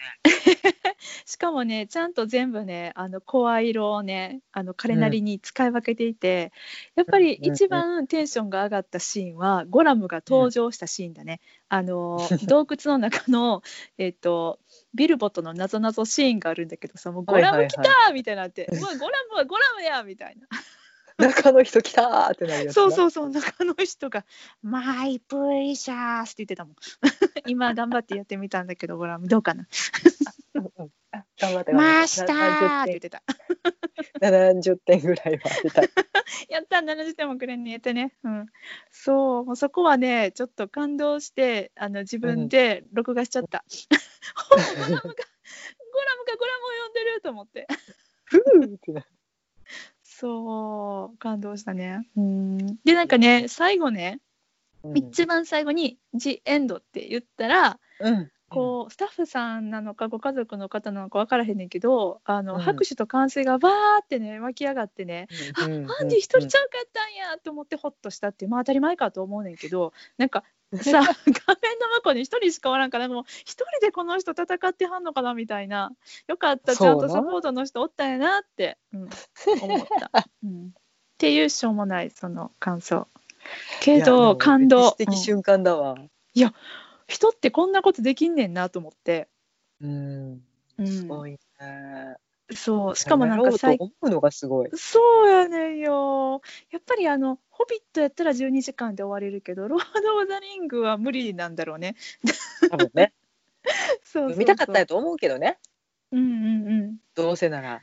しかもねちゃんと全部ねあの声色をねあの彼なりに使い分けていて、やっぱり
うんうん
一番テンションが上がったシーンはゴラムが登場したシーンだね、あ の洞窟の中の、えっとビルボとのなぞなぞシーンがあるんだけどさもうゴラム来
はいはい
たみたいになっ て「うわゴラムはゴラムや!」みたいな
中の人来たーってなるやつな。
そうそうそう中の人が「マイプリシャース」って言ってたもん 今頑張ってやってみたんだけどゴラムどうかな
うんうんあ頑張
「
った頑張
マ
っ
ス
た。
ター!」って言ってた
70点70点ぐらいは出た。
やった70点もくれんねやってね、うん、そうもうそこはねちょっと感動してあの自分で録画しちゃった、ゴラムがゴラムがゴラムを呼んでると思って
ふーってな
そう感動したねうんでなんかね最後ね
うん
一番最後に「ジ・エンド」って言ったら
うん
こうスタッフさんなのかご家族の方なのか分からへんねんけどあの、
うん
拍手と歓声がバーってね湧き上がってねあ
うんうん
アンディ一人ちゃうかったんやと思ってホッとしたっていうまあ当たり前かと思うねんけ どなんかさ画面の向こうに一人しかおらんからもう一人でこの人戦ってはんのかなみたいなよかったち
そう
ゃ
なん
とサポートの人おったんやなって、うん、思 った、うん。っていうしょうもないその感想。け
いやで
ど
も
感動、
歴史的
うん
瞬間だわ。
人ってこんなことできんねんなと思って。
うん。
うん
すごいね。
そうしかもなんか
やろう
最
と思うのがすごい。
そうやねんよ。やっぱりあの「ホビット」やったら12時間で終われるけど「ロード・オブ・ザ・リング」は無理なんだろうね。
多分ね。
そうそうそう
見たかったやと思うけどね。
うんうん
どうせなら。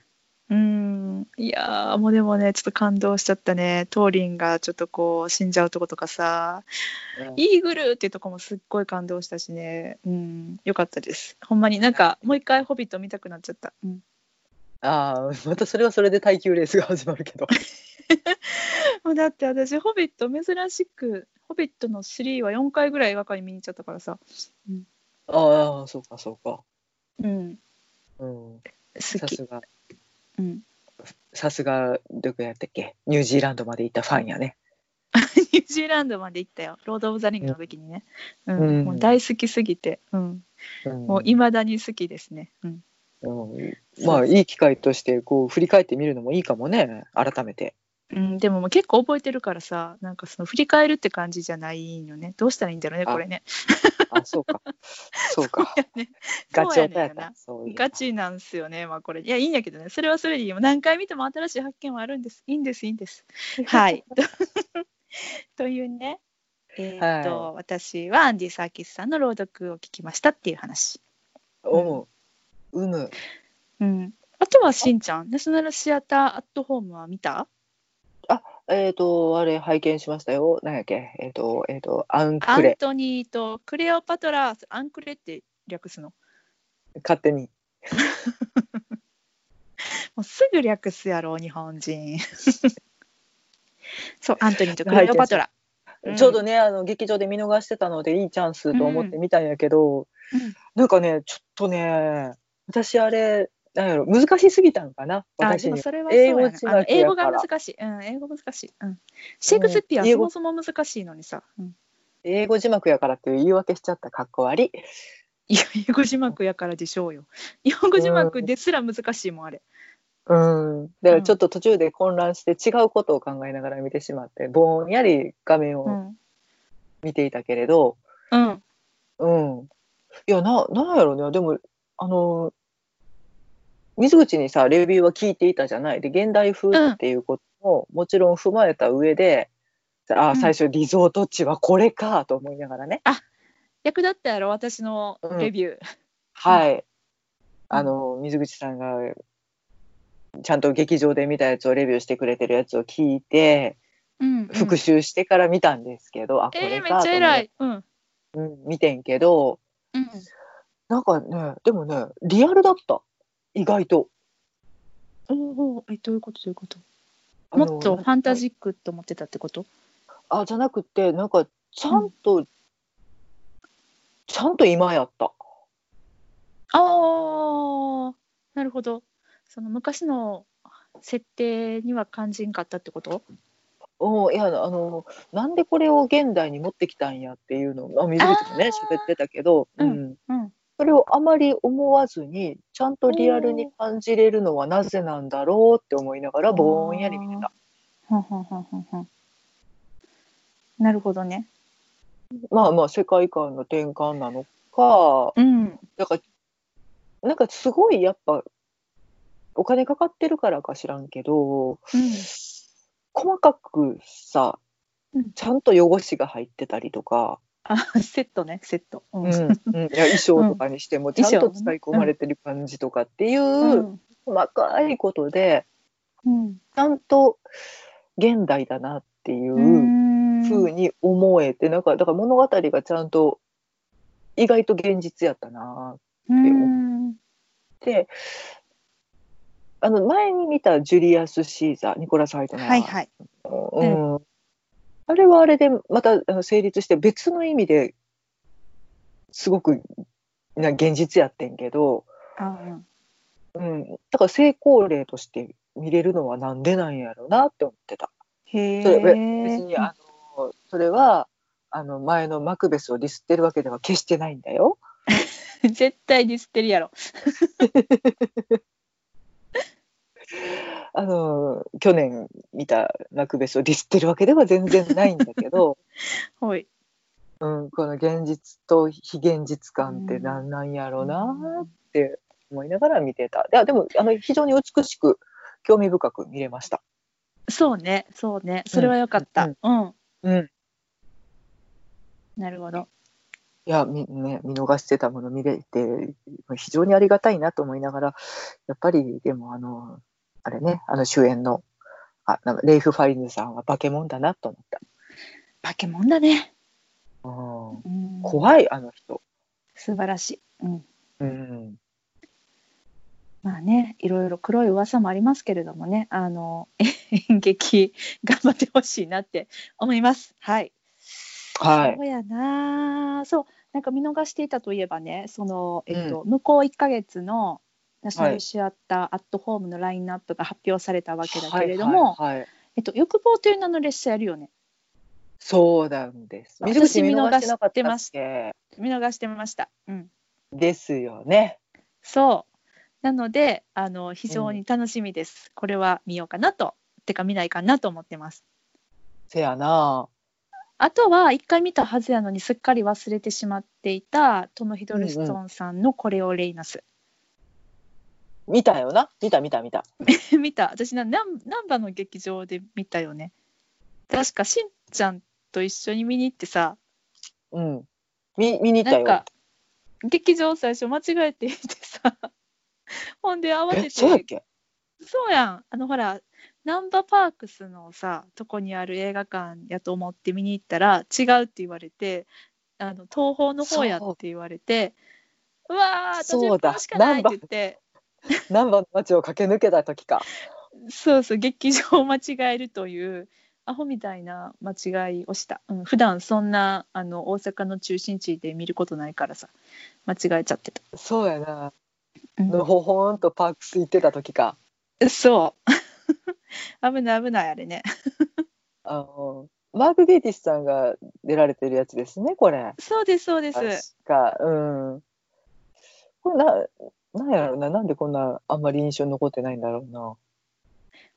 うん。うんいやーもうでもねちょっと感動しちゃったね。トーリンがちょっとこう死んじゃうとことかさ
うん
「イーグル!」っていうとこもすっごい感動したしね。うんよかったです。ほんまになんかもう一回「ホビット」見たくなっちゃった。うん、
ああ、 またそれはそれで耐久レースが始まるけど。
もうだって私「ホビット」珍しく「ホビット」の3は4回ぐらい映画館に見に行っちゃったからさ。
ああ、そうかそうか。
うん
うん。
好
さ
き
す。が、
うん、
さすが、どこやったっけニュージーランドまで行ったファンやね。
ニュージーランドまで行ったよ。ロード・オブ・ザ・リングの時にね。うん。
うん
もう大好きすぎて。うん。
うん
もう未だに好きですね。うん。
うんまあいい機会としてこう振り返ってみるのもいいかもね改めて。
うん、でももう結構覚えてるからさ、なんかその振り返るって感じじゃないよね。どうしたらいいんだろうね、
あ
これね。
あそ うかそうか
いやね
ガチ
そうや
オタ
ね
や
ん
から
な
そういうの
ガチなんすよね、まあこれ。いや、いいんやけどね。それはそれでいいよ。何回見ても新しい発見はあるんです。いいんです、いいん です。はい。 というね。えーっと、
は
私はアンディ・サーキスさんの朗読を聞きましたっていう話。
おううむ
うん。あとはしんちゃん、ナショナルシアターアットホームは見た
えっ、とあれ拝見しましたよ何やっけえっ、とえっ、とアン
ア
ク
ン
レ
トニーとクレオパトラ、アンクレって略すの。
勝手に
もうすぐ略すやろ、日本 人。そう、アントニーとクレオパトラ。うん
ちょうどね、あの劇場で見逃してたのでいいチャンスと思って見たんやけ
う
ど、
ん
なんかねちょっとね私あれなんやろ難しすぎたんかな
あ
私
でも
に
それはそうやな
英語字幕
あの英語
や
が
から
難しい。うん、英語難しい。うん。シェイクスピア
うん
は
英
そ
語
もそも難しいのにさ。うん、
英語字幕やからっていう言い訳しちゃったかっこ悪い
いや、英語字幕やからでしょうよ。日本語字幕ですら難しいもん、あれ。
うんだからちょっと途中で混乱して違うことを考えながら見てしまってぼんやり画面
う
を
ん。
見ていたけれど、
うん。
うんいやななんやろねでもあの水口にさレビューは聞いていたじゃないで現代風っていうことももちろん踏まえた上で、あ
うん
最初リゾート地はこれかと思いながらね、
役立ったやろ、私のレビュー。
はいあの水口さんがちゃんと劇場で見たやつをレビューしてくれてるやつを聞いて、
うん。うん
復習してから見たんですけど、あこ
えー
れ
めっ
か
ち
と
ゃ
思
偉
っ
い。うん。
て、うん、見てんけど
うん。
なんかねでもねリアルだった意外と。
おお、え、どういうこと、どういうこと。
あの
もっとファンタジックと思ってたってこと。
あじゃなくてなんかちゃんと、ちゃんと今やった。
ああ、なるほど。その昔の設定には感じんかったってこと。
おいやあのなんでこれを現代に持ってきたんやっていうのをあ水口もね
あー
喋ってたけど、
うん
うん
うん。
それをあまり思わずにちゃんとリアルに感じれるのはなぜなんだろうって思いながらぼんやり見てた。
はんはんはんはんはん。なるほどね。
まあまあ世界観の転換なのか
うん。
だからなんかすごいやっぱお金かかってるからか知らんけど細かくさ
うん
ちゃんと汚しが入ってたりとか、
あ、セットね、セット。う
うんうん いや衣装とかにしてもちゃんと
衣装。
使い込まれてる感じとかっていううん細かいことで
うん。
ちゃんと現代だなっていうう
ーん
風に思えてなんかだから物語がちゃんと意外と現実やったな
うーん。
であの前に見たジュリアス・シーザーニコラス・ハイトナー、
はいはい。
うんあれはあれでまたあの成立して別の意味ですごくな現実やってんけど、
あー
うん、だから成功例として見れるのはなんでなんやろうなって思ってた。
へ
それ別
え。
にあのそれはあの前のマクベスをディスってるわけでは決してないんだよ。
絶対ディスってるやろ。
あの去年見たマクベスをディスってるわけでは全然ないんだけど、
ほい。
うん、この現実と非現実感ってなんなんやろうなって思いながら見てた。いやでもあの非常に美しく興味深く見れました。
そうね、そうね。それはよかった。うん。
うん、
なるほど。
いやみ、ね、見逃してたもの見れて非常にありがたいなと思いながらやっぱりでもあのあれねあの主演のあなんかレイフ・ファインズさんは化け物だなと思った。
化け物だね。
うん
うん
怖いあの人。
素晴らしい。うん。
うん
まあね、いろいろ黒い噂もありますけれどもね、あの 演劇頑張ってほしいなって思います。はい。
はい
そ。うやなあ。そう、なんか見逃していたといえばね、そのえっと、向こう一ヶ月のナショナルシアターアットホームのラインナップが発表されたわけだけれども、
はいはいはい
えっと欲望という名の列車やるよね。
そうなんです。
私
水口見
見
逃
逃
して
し
なかった
て
っ
ま
け
見逃してました。うん、
ですよね。
そうなのであの非常に楽しみです、これは見ようかなとてか見ないかなと思ってます。
せやな。
あとは一回見たはずやのにすっかり忘れてしまっていたトム・ヒドルストンさんの「これをレイナス」
見たよな。見た見た見た。
見た私ななん難波の劇場で見たよね確かしんちゃんと一緒に見に行ってさ
うん。見見に行った
なん
よ
か。劇場最初間違えていてさ ほんで慌て
え、そうやってけ
そうやんあのほら難波パークスのさとこにある映画館やと思って見に行ったら違うって言われてあの東宝の方やって言われてうわーあと
そう
10
だ
分しかないって言って
南波の街を駆け抜けた時か。
そうそう劇場を間違えるというアホみたいな間違いをした、うん、普段そんなあの大阪の中心地で見ることないからさ間違えちゃってた、
そうやな。
うん
のほほんとパークス行ってた時か。
そう 危ない危ないあれね
あのマーク・ゲイティスさんが出られてるやつですね、これ。
そうですそうで
確
す
か。うん。これな、なんやろうな。なんでこんなあんまり印象に残ってないんだろうな。
ま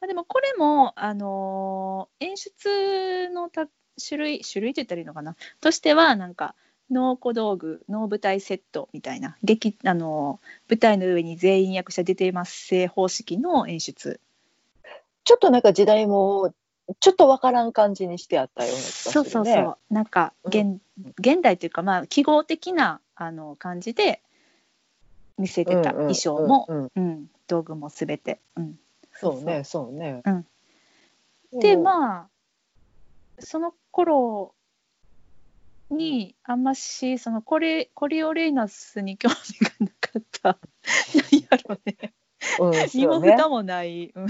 あでもこれも、あのー演出のた種類種類って言ったらいいのかなとしてはなんか能小道具能舞台セットみたいな劇、あのー舞台の上に全員役者出てます正方式の演出
ちょっとなんか時代もちょっとわからん感じにしてあったような気がする
そう
ね。
そうそうなんか
うん
現,、現代というかまあ記号的なあの感じで見せてた衣装も、
うんうんうんうん
うん道具も全て。うん、
そうね、そうね。
うんで
うん
まあその頃にあんましそのコレコレオレイナスに興味がなかった何やろうね
うん、
身
そ
も
うね
蓋もない。うん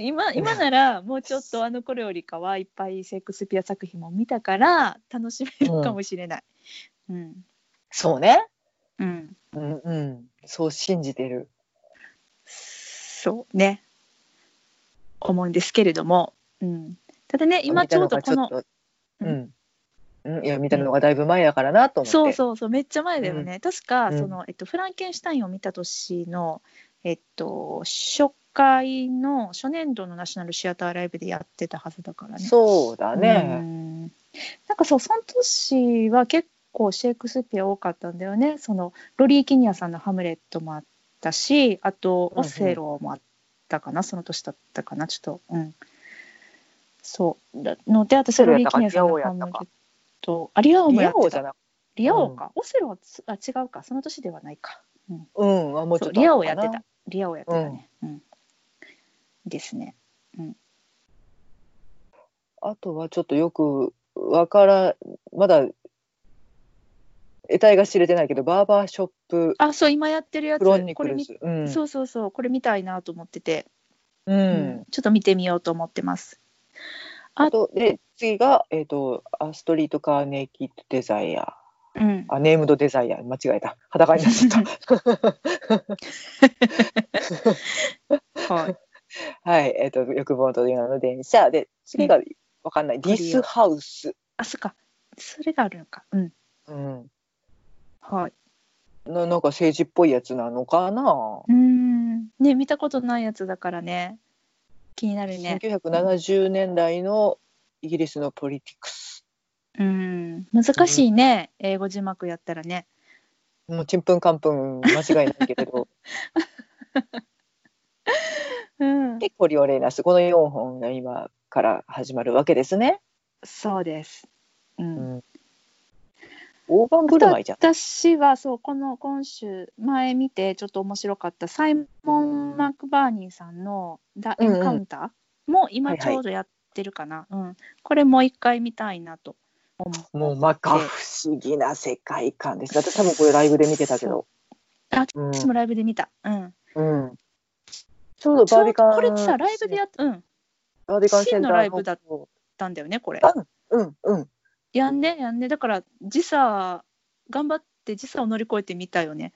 今今ならもうちょっとあの頃よりかはいっぱいシェイクスピア作品も見たから楽しめるかもしれない。うん
そうね。
うん、
うんうん、そう信じてる。
そうね思うんですけれども、うん、ただね今ちょうどこの
見たがちょっとうん、うん、いや見たのがだいぶ前やからなと思って。
そうそうそうめっちゃ前だよね、確かその、えっと、フランケンシュタインを見た年の、えっと、初回の初年度のナショナルシアターライブでやってたはずだからね。
そうだ
う
ね。
んなんかそうその年は結構シェイクスピア多かったんだよねそのロリー・キニアさんの「ハムレット」もあったしあと
う
「
んうん
オセロ」もあったかな、その年だったかなちょっとうんそうなので私
オセロ
ロ
やっ
リー・
た
キ
か
ニアさんの「
リア
ハ
オや
ム
っ
レッ
たか
ト」あリアオも
リ
や
ア
って
王じゃ
た
なく、
リアオか、オセロはつあ違うかその年ではないか
うん、あもうち
そう
ょっと
リア
後
オや
か
っ
な
てた。リアオやってたね、うんですね
あとはちょっとよくわからんまだ得体が知れてないけどバーバーショップ
あそう今やってるやつ
クロニ
こ
ク
れ
ル
見
ズ。うん、
そうそうそうこれ見たいなと思ってて、
う。
うんちょっと見てみようと思ってます。あ
あとで次がえっ、とアストリートカーネイキッドデザイア
うん、
あネームドデザイア間違えた裸になっちゃった
はい。
はいえっ、と欲望という名の電車で次がわかんないディスハウス、
あそっかそれがあるのか。うん。
うん、
はい。
のなんか政治っぽいやつなのかな
うーん。ね見たことないやつだからね気になるね。
1970年代のイギリスのポリティクス
うん難しいね、英語字幕やったらね。
もうちんぷんかんぷん間違いないけ れど
うん。
でコリオレイナスこの4本が今から始まるわけですね、
そうです。うん。
ん、大盤振る舞いじゃん
私はそうこの今週前見てちょっと面白かったサイモン・マクバーニーさんの「ダ・
う
エ
んうん
ンカウンター」も今
はい
ち
はい
ょうどやってるかな、うん、これもう一回見たいなと思う
もうまか不思議な世界観です。私多分これライブで見てたけど。
あ
うん
私もライブで見た、うん、
うん。ちょうど
ちょ
バー
う
ビ
ど
カン。
これさライブでやっ,、うん、やっ
バービカンセンタ
真
ーの
のライブだたんだよねこれ
あうんうん。
やんねやんねだから時差頑張って時差を乗り越えて見たよね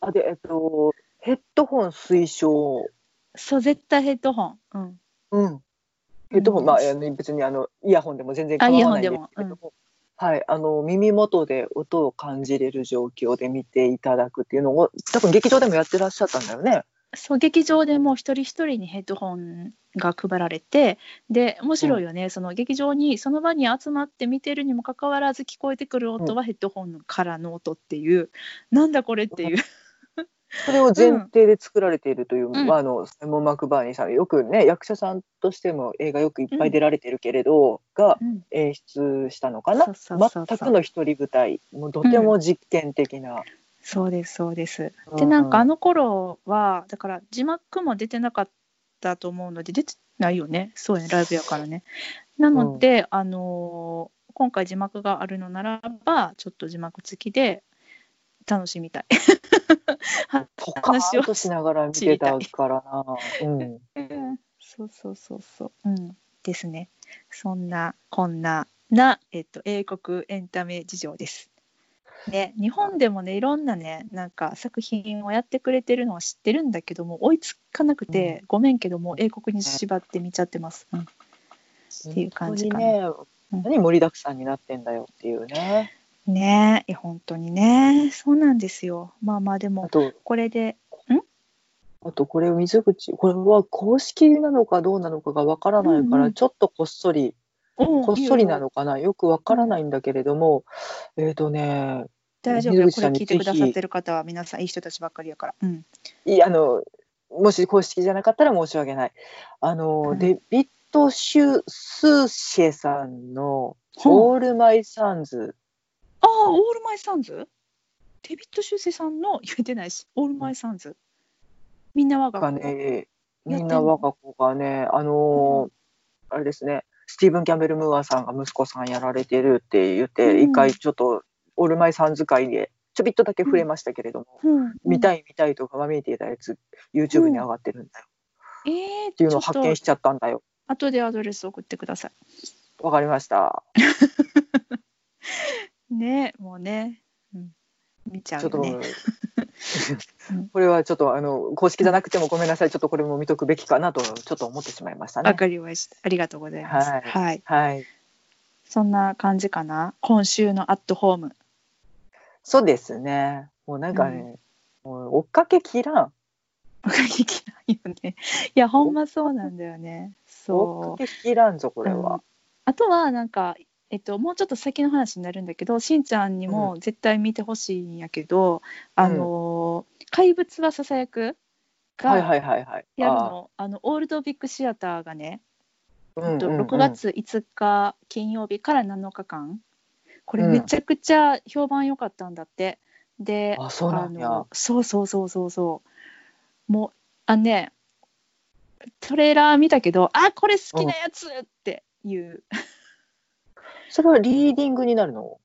あでえっとヘッドホン推奨。
そう絶対ヘッドホン、うん、
うん。けども、
うん
まあ、あの別にあのイヤホンでも全然構
あイヤ
わ
ホ
な
ン
いんで
ですも
けども、はい、あの耳元で音を感じれる状況で見ていただくっていうのを多分劇場でもやってらっしゃったんだよね。
そう劇場でもう一人一人にヘッドホンが配られてで面白いよね、その劇場にその場に集まって見てるにもかかわらず聞こえてくる音はヘッドホンからの音っていう、なんだこれっていう
それを前提で作られているという、
ん
まあ、あのサイモン・マクバーニーさんよくね役者さんとしても映画よくいっぱい出られてるけれど、が
うん
演出したのかな
そうそうそうそう
全くの一人舞台もうとても実験的な。
そうですそうです。
う
で
ん
なんかあの頃はだから字幕も出てなかったと思うので出てないよねそうねライブやからね。なので、あのー今回字幕があるのならばちょっと字幕付きで楽しみたい。
ポカーンとしながら見てた
知り
からな。うん
そうそうそうそう。うん、ですね。そんなこんなな、えっと、英国エンタメ事情です。ね、日本でもねいろんなねなんか作品をやってくれてるのは知ってるんだけども追いつかなくて、ごめんけども英国に縛って見ちゃってます。うんっていう感じかな
本
う
当
ん
にね、何盛りだくさんになってんだよっていうね。
ねえいや本当にねそうなんですよ。まあまあで
あ
も
と、
これで
あとこれ水口、これは公式なのかどうなのかがわからないか
うんう
ら、
ん
ちょっとこっそり、こ
こ
っそりなのかな、よくわからないんだけれども、えっ、とね、
大丈夫よ
水口
これ
さんに
聞いてくださってる方は皆さんいい人たちばっかりやから。うん
いやあの、もし公式じゃなかったら申し訳ない。あの、
うん
デビット・シュ・スーシェさんの、
ほう
オール・マイ・サンズ。
ああ、オールマイサンズデビッド・シューセイさんの言えてないし、オールマイサンズ。みんな我
が
が子。や
ね、
って
み
んの
んな我が子がね、あのーあれですね、スティーブン・キャンベル・ムーアさんが息子さんやられてるって言って、
うん
一回ちょっとオールマイさん使いでちょびっとだけ触れましたけれども、
うん、
見た
い。
い見たいとか見ていたやつ、YouTube に上がってるんだよ、
えー、
っていうのを発見
ちょっ
しちゃったんだよ。
と後でアドレス送ってくださ
わかりました。
い。ねもうね。うん、見ちゃう
ちょっ
よ
と、
ね。
これはちょっとあの公式じゃなくてもごめんなさい、ちょっとこれも見とくべきかなと、ちょっと思ってしまいました
わ
ね。
かりました。ありがとうございます。
は
はいい。
はい、
そんな感じかな。今週のアットホーム。
そうですね。もうなんかね、もう追っかけきらん。
わかりきないよね。いや、ほんまそうなんだよね。そう
追っ。かけきらんぞこれは。
あとはなんか、えっと、もうちょっと先の話になるんだけどしんちゃんにも絶対見てほしいんやけど、あのー怪物はささやく」
はい
が
はいはいはい。
やるの,、あのオールドビッグシアターがね、
あー。
えっと
うんうんうん
6。月5日金曜日から7日間これめちゃくちゃ評判良かったんだって。で
あそうなんや。
のそうそうそうそうそうもうあのねトレーラー見たけどあこれ好きなやつっていう
それはリーディングになるの。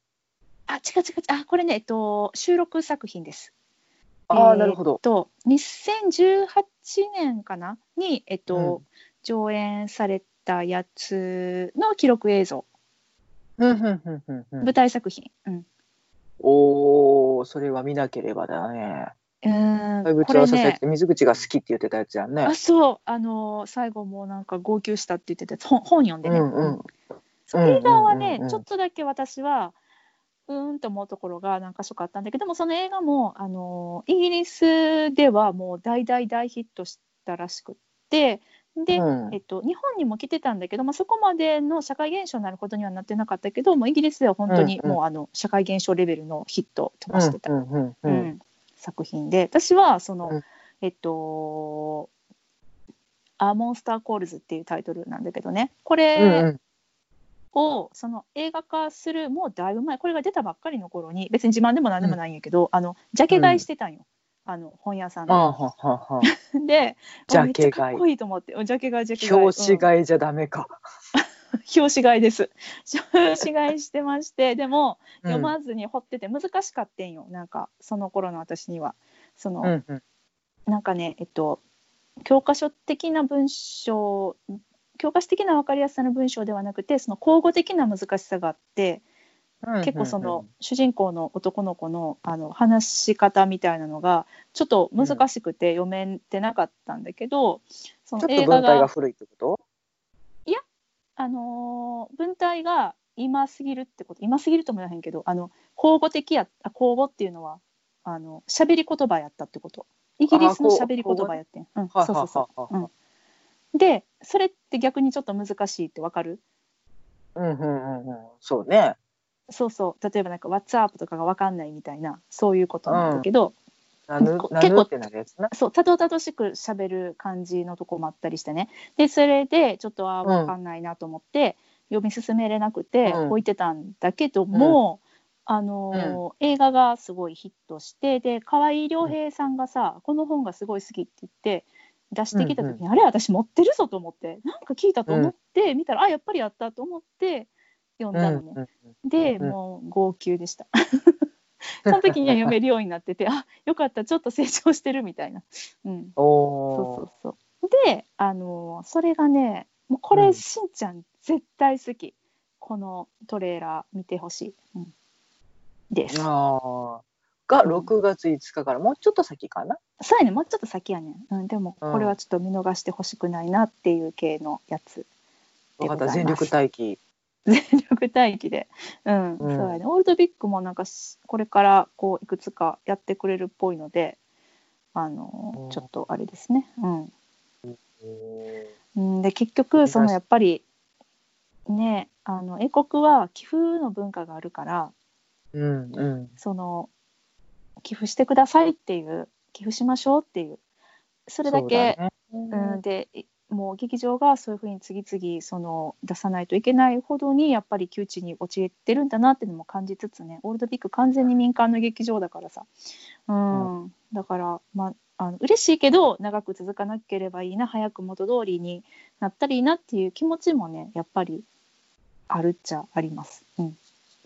あ、違う違う違う。あ、これね、えっと、収録作品です。
あ
え
あ
ー
なるほど。
と、2018年かなに、えっと、
う
上演されたやつの記録映像、
うんうんうんうんうん
舞。台作品。うん。
おおそれは見なければだね。
うー
怪
ん、
物
こ
は
れ
ささや
ね
き、水口が好きって言ってたやつやんね
あ、。そう、あのー最後もなんか号泣したって言ってたやつ、本本読ん
う
でね。
んうん。
それ以外はね、
うんうんうんうん
ちょっとだけ私はうーんと思うところが何か所かあったんだけどでもその映画もあのイギリスではもう大大大ヒットしたらしくってで、
うん
えっと、日本にも来てたんだけど、まあ、そこまでの社会現象になることにはなってなかったけどもうイギリスでは本当に
うんうん
もうあの社会現象レベルのヒットを飛ばしてた
うんうんう
うんん、作品で私はその、
うん
えっと「アーモンスター・コールズ」っていうタイトルなんだけどねこ
う
れ、
んうん。
をその映画化するもうだいぶ前これが出たばっかりの頃に別に自慢でも何でもないんやけど、あのジャケ買いしてたんよ、あの本屋さん
あ
で。
あははは。
で
ジ
あ
ャ
めっち
ケ
ゃか
買
っ
い。
こいいと思ってうんジャケ買いジャケ買い
表紙
い、
買いじゃダメか。
うん表紙買いです 表紙買いしてましてでも読まずに掘ってて難しかってんよなんかその頃の私には。その、
うんうん
なんかねえっと教科書的な文章教科書的な分かりやすさの文章ではなくてその口語的な難しさがあって、
うん。
結構その主人公の男の子のあの話し方みたいなのがちょっと難しくて読めてなかったんだけど、そ
うんう
の
ん。ち
映
ょっと文
画
体が
が
古いってこと？
あのー文体が今すぎるってこと今すぎるとも言わへんけどあの口語的やあ口語っていうのはあの喋り言葉やったってことイギリスの喋り言葉やってん、うん、そうそうそ
は
う、うん、でそれって逆にちょっと難しいってわかる
うんうんうんうんそうね。
そうそう例えばなんか「WhatsApp」とかがわかんないみたいなそういうことなんだけど、
なぬ
こ
な
結構
ぬってなるやつな。
そうたどたどしく喋る感じのとこもあったりしてねでそれでちょっとあ
うん
分かんないなと思って、読み進めれなくて
うん
置いてたんだけども、あのー映画がすごいヒットしてで河合良平さんがさ、この本がすごい好きって言って出してきた時に、あれ私持ってるぞと思ってなんか聞いたと思って、見たらあやっぱりやったと思って読んだのね。
うん
で、
うん
もう号泣でした。 その時には読めるようになっててあよかったちょっと成長してるみたいな。うんそう
おお
そうそう。で、あのーそれがね、もうこれ、
うん
しんちゃん絶対好き。このトレーラー見てほしい。うん、です。
ああが6月5日からもうちょっと先かな。
そうやね、もうちょっと先やねん。うん、でも、これはちょっと見逃してほしくないなっていう系のやつ。
わかっ
でございま
た
す
全力待機。
全力待機で。うん、
うん
そうやね。オールドビッグもなんかし、これからこういくつかやってくれるっぽいので、あのー
うん
ちょっとあれですね。うん。
うん
うん、で結局そのやっぱりねあの英国は寄付の文化があるから
うんうん
その寄付してくださいっていう寄付しましょうっていうそれだけ
そう
う
だね
ん、でいもう劇場がそういうふうに次々その出さないといけないほどにやっぱり窮地に陥ってるんだなっていうのも感じつつねオールドビッグ完全に民間の劇場だからさ、うんだから、まあ、あの嬉しいけど長く続かなければいいな早く元通りになったらいいなっていう気持ちもねやっぱりあるっちゃあります。うん、
い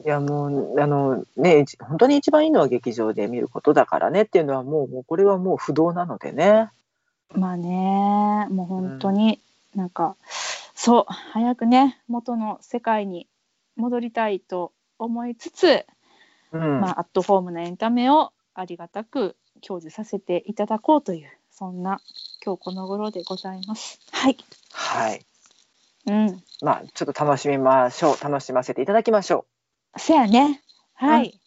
やもうあのね一本当に一番いいのは劇場で見ることだからねっていうのはもうもうこれはもう不動なのでね。
まあねもう本当になんか、そう早くね元の世界に戻りたいと思いつつ
うん。
まあ、アットホームなエンタメをありがたく享受させていただこうというそんな今日この頃でございます。はい、
はい。
うん、
まあちょっと楽しみましょう。楽しませていただきましょ
せやね。はい、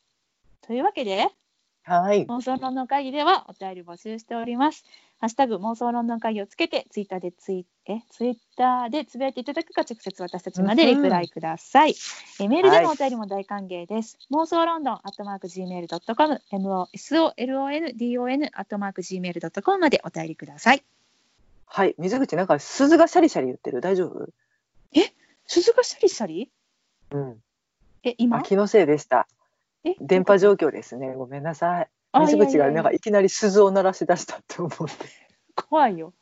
う
というわけで
う。はい。
妄想論の会議ではお便り募集しております。ハッシュタグ妄想論の会議をつけてツイッターでツイえツイッターでつぶやいていただくか直接私たちまでリプライください。えメールでのお便りも大歓迎です。妄想ロンドンアットマーク gmail.com mosolondon アットマーク gmail.com までお便りください。
はい。水口なんか鈴がシャリシャリ言ってる。大丈夫？
鈴がシャリシャリ
うん。
え今
あ気のせいでした。
え
電波状況ですね。ごめんなさい。
あ
水
い
口
や
が
いやい
な
や
んかいきなり鈴を鳴らし出したって思って。
怖いよ。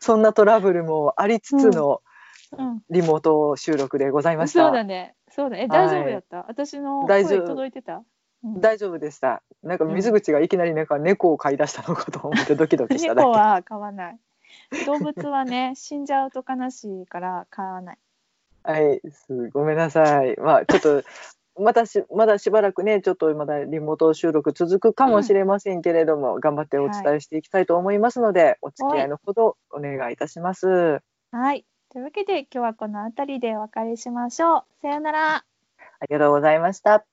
そんなトラブルもありつつの
うん。
リモート収録でございまし
そ
た。
うだね。そうだね。え
はい
大丈夫やった、私の声
大丈夫
届いてたうん
大丈夫でした。なんか水口がいきなりなんか猫を飼い出したのかと思ってドキドキしただ
猫
け。
は飼わない。動物は ね、死んじゃうと悲しいから飼わない。
はい、すごめんなさい。まあちょっと。またしまだしばらくねちょっとまだリモート収録続くかもしれませんけれども、頑張ってお伝えしていきたいと思いますので、お付き合いのほどお願いいたします。
はい。というわけで今日はこの辺りでお別れしましょう。さようなら。
ありがとうございました。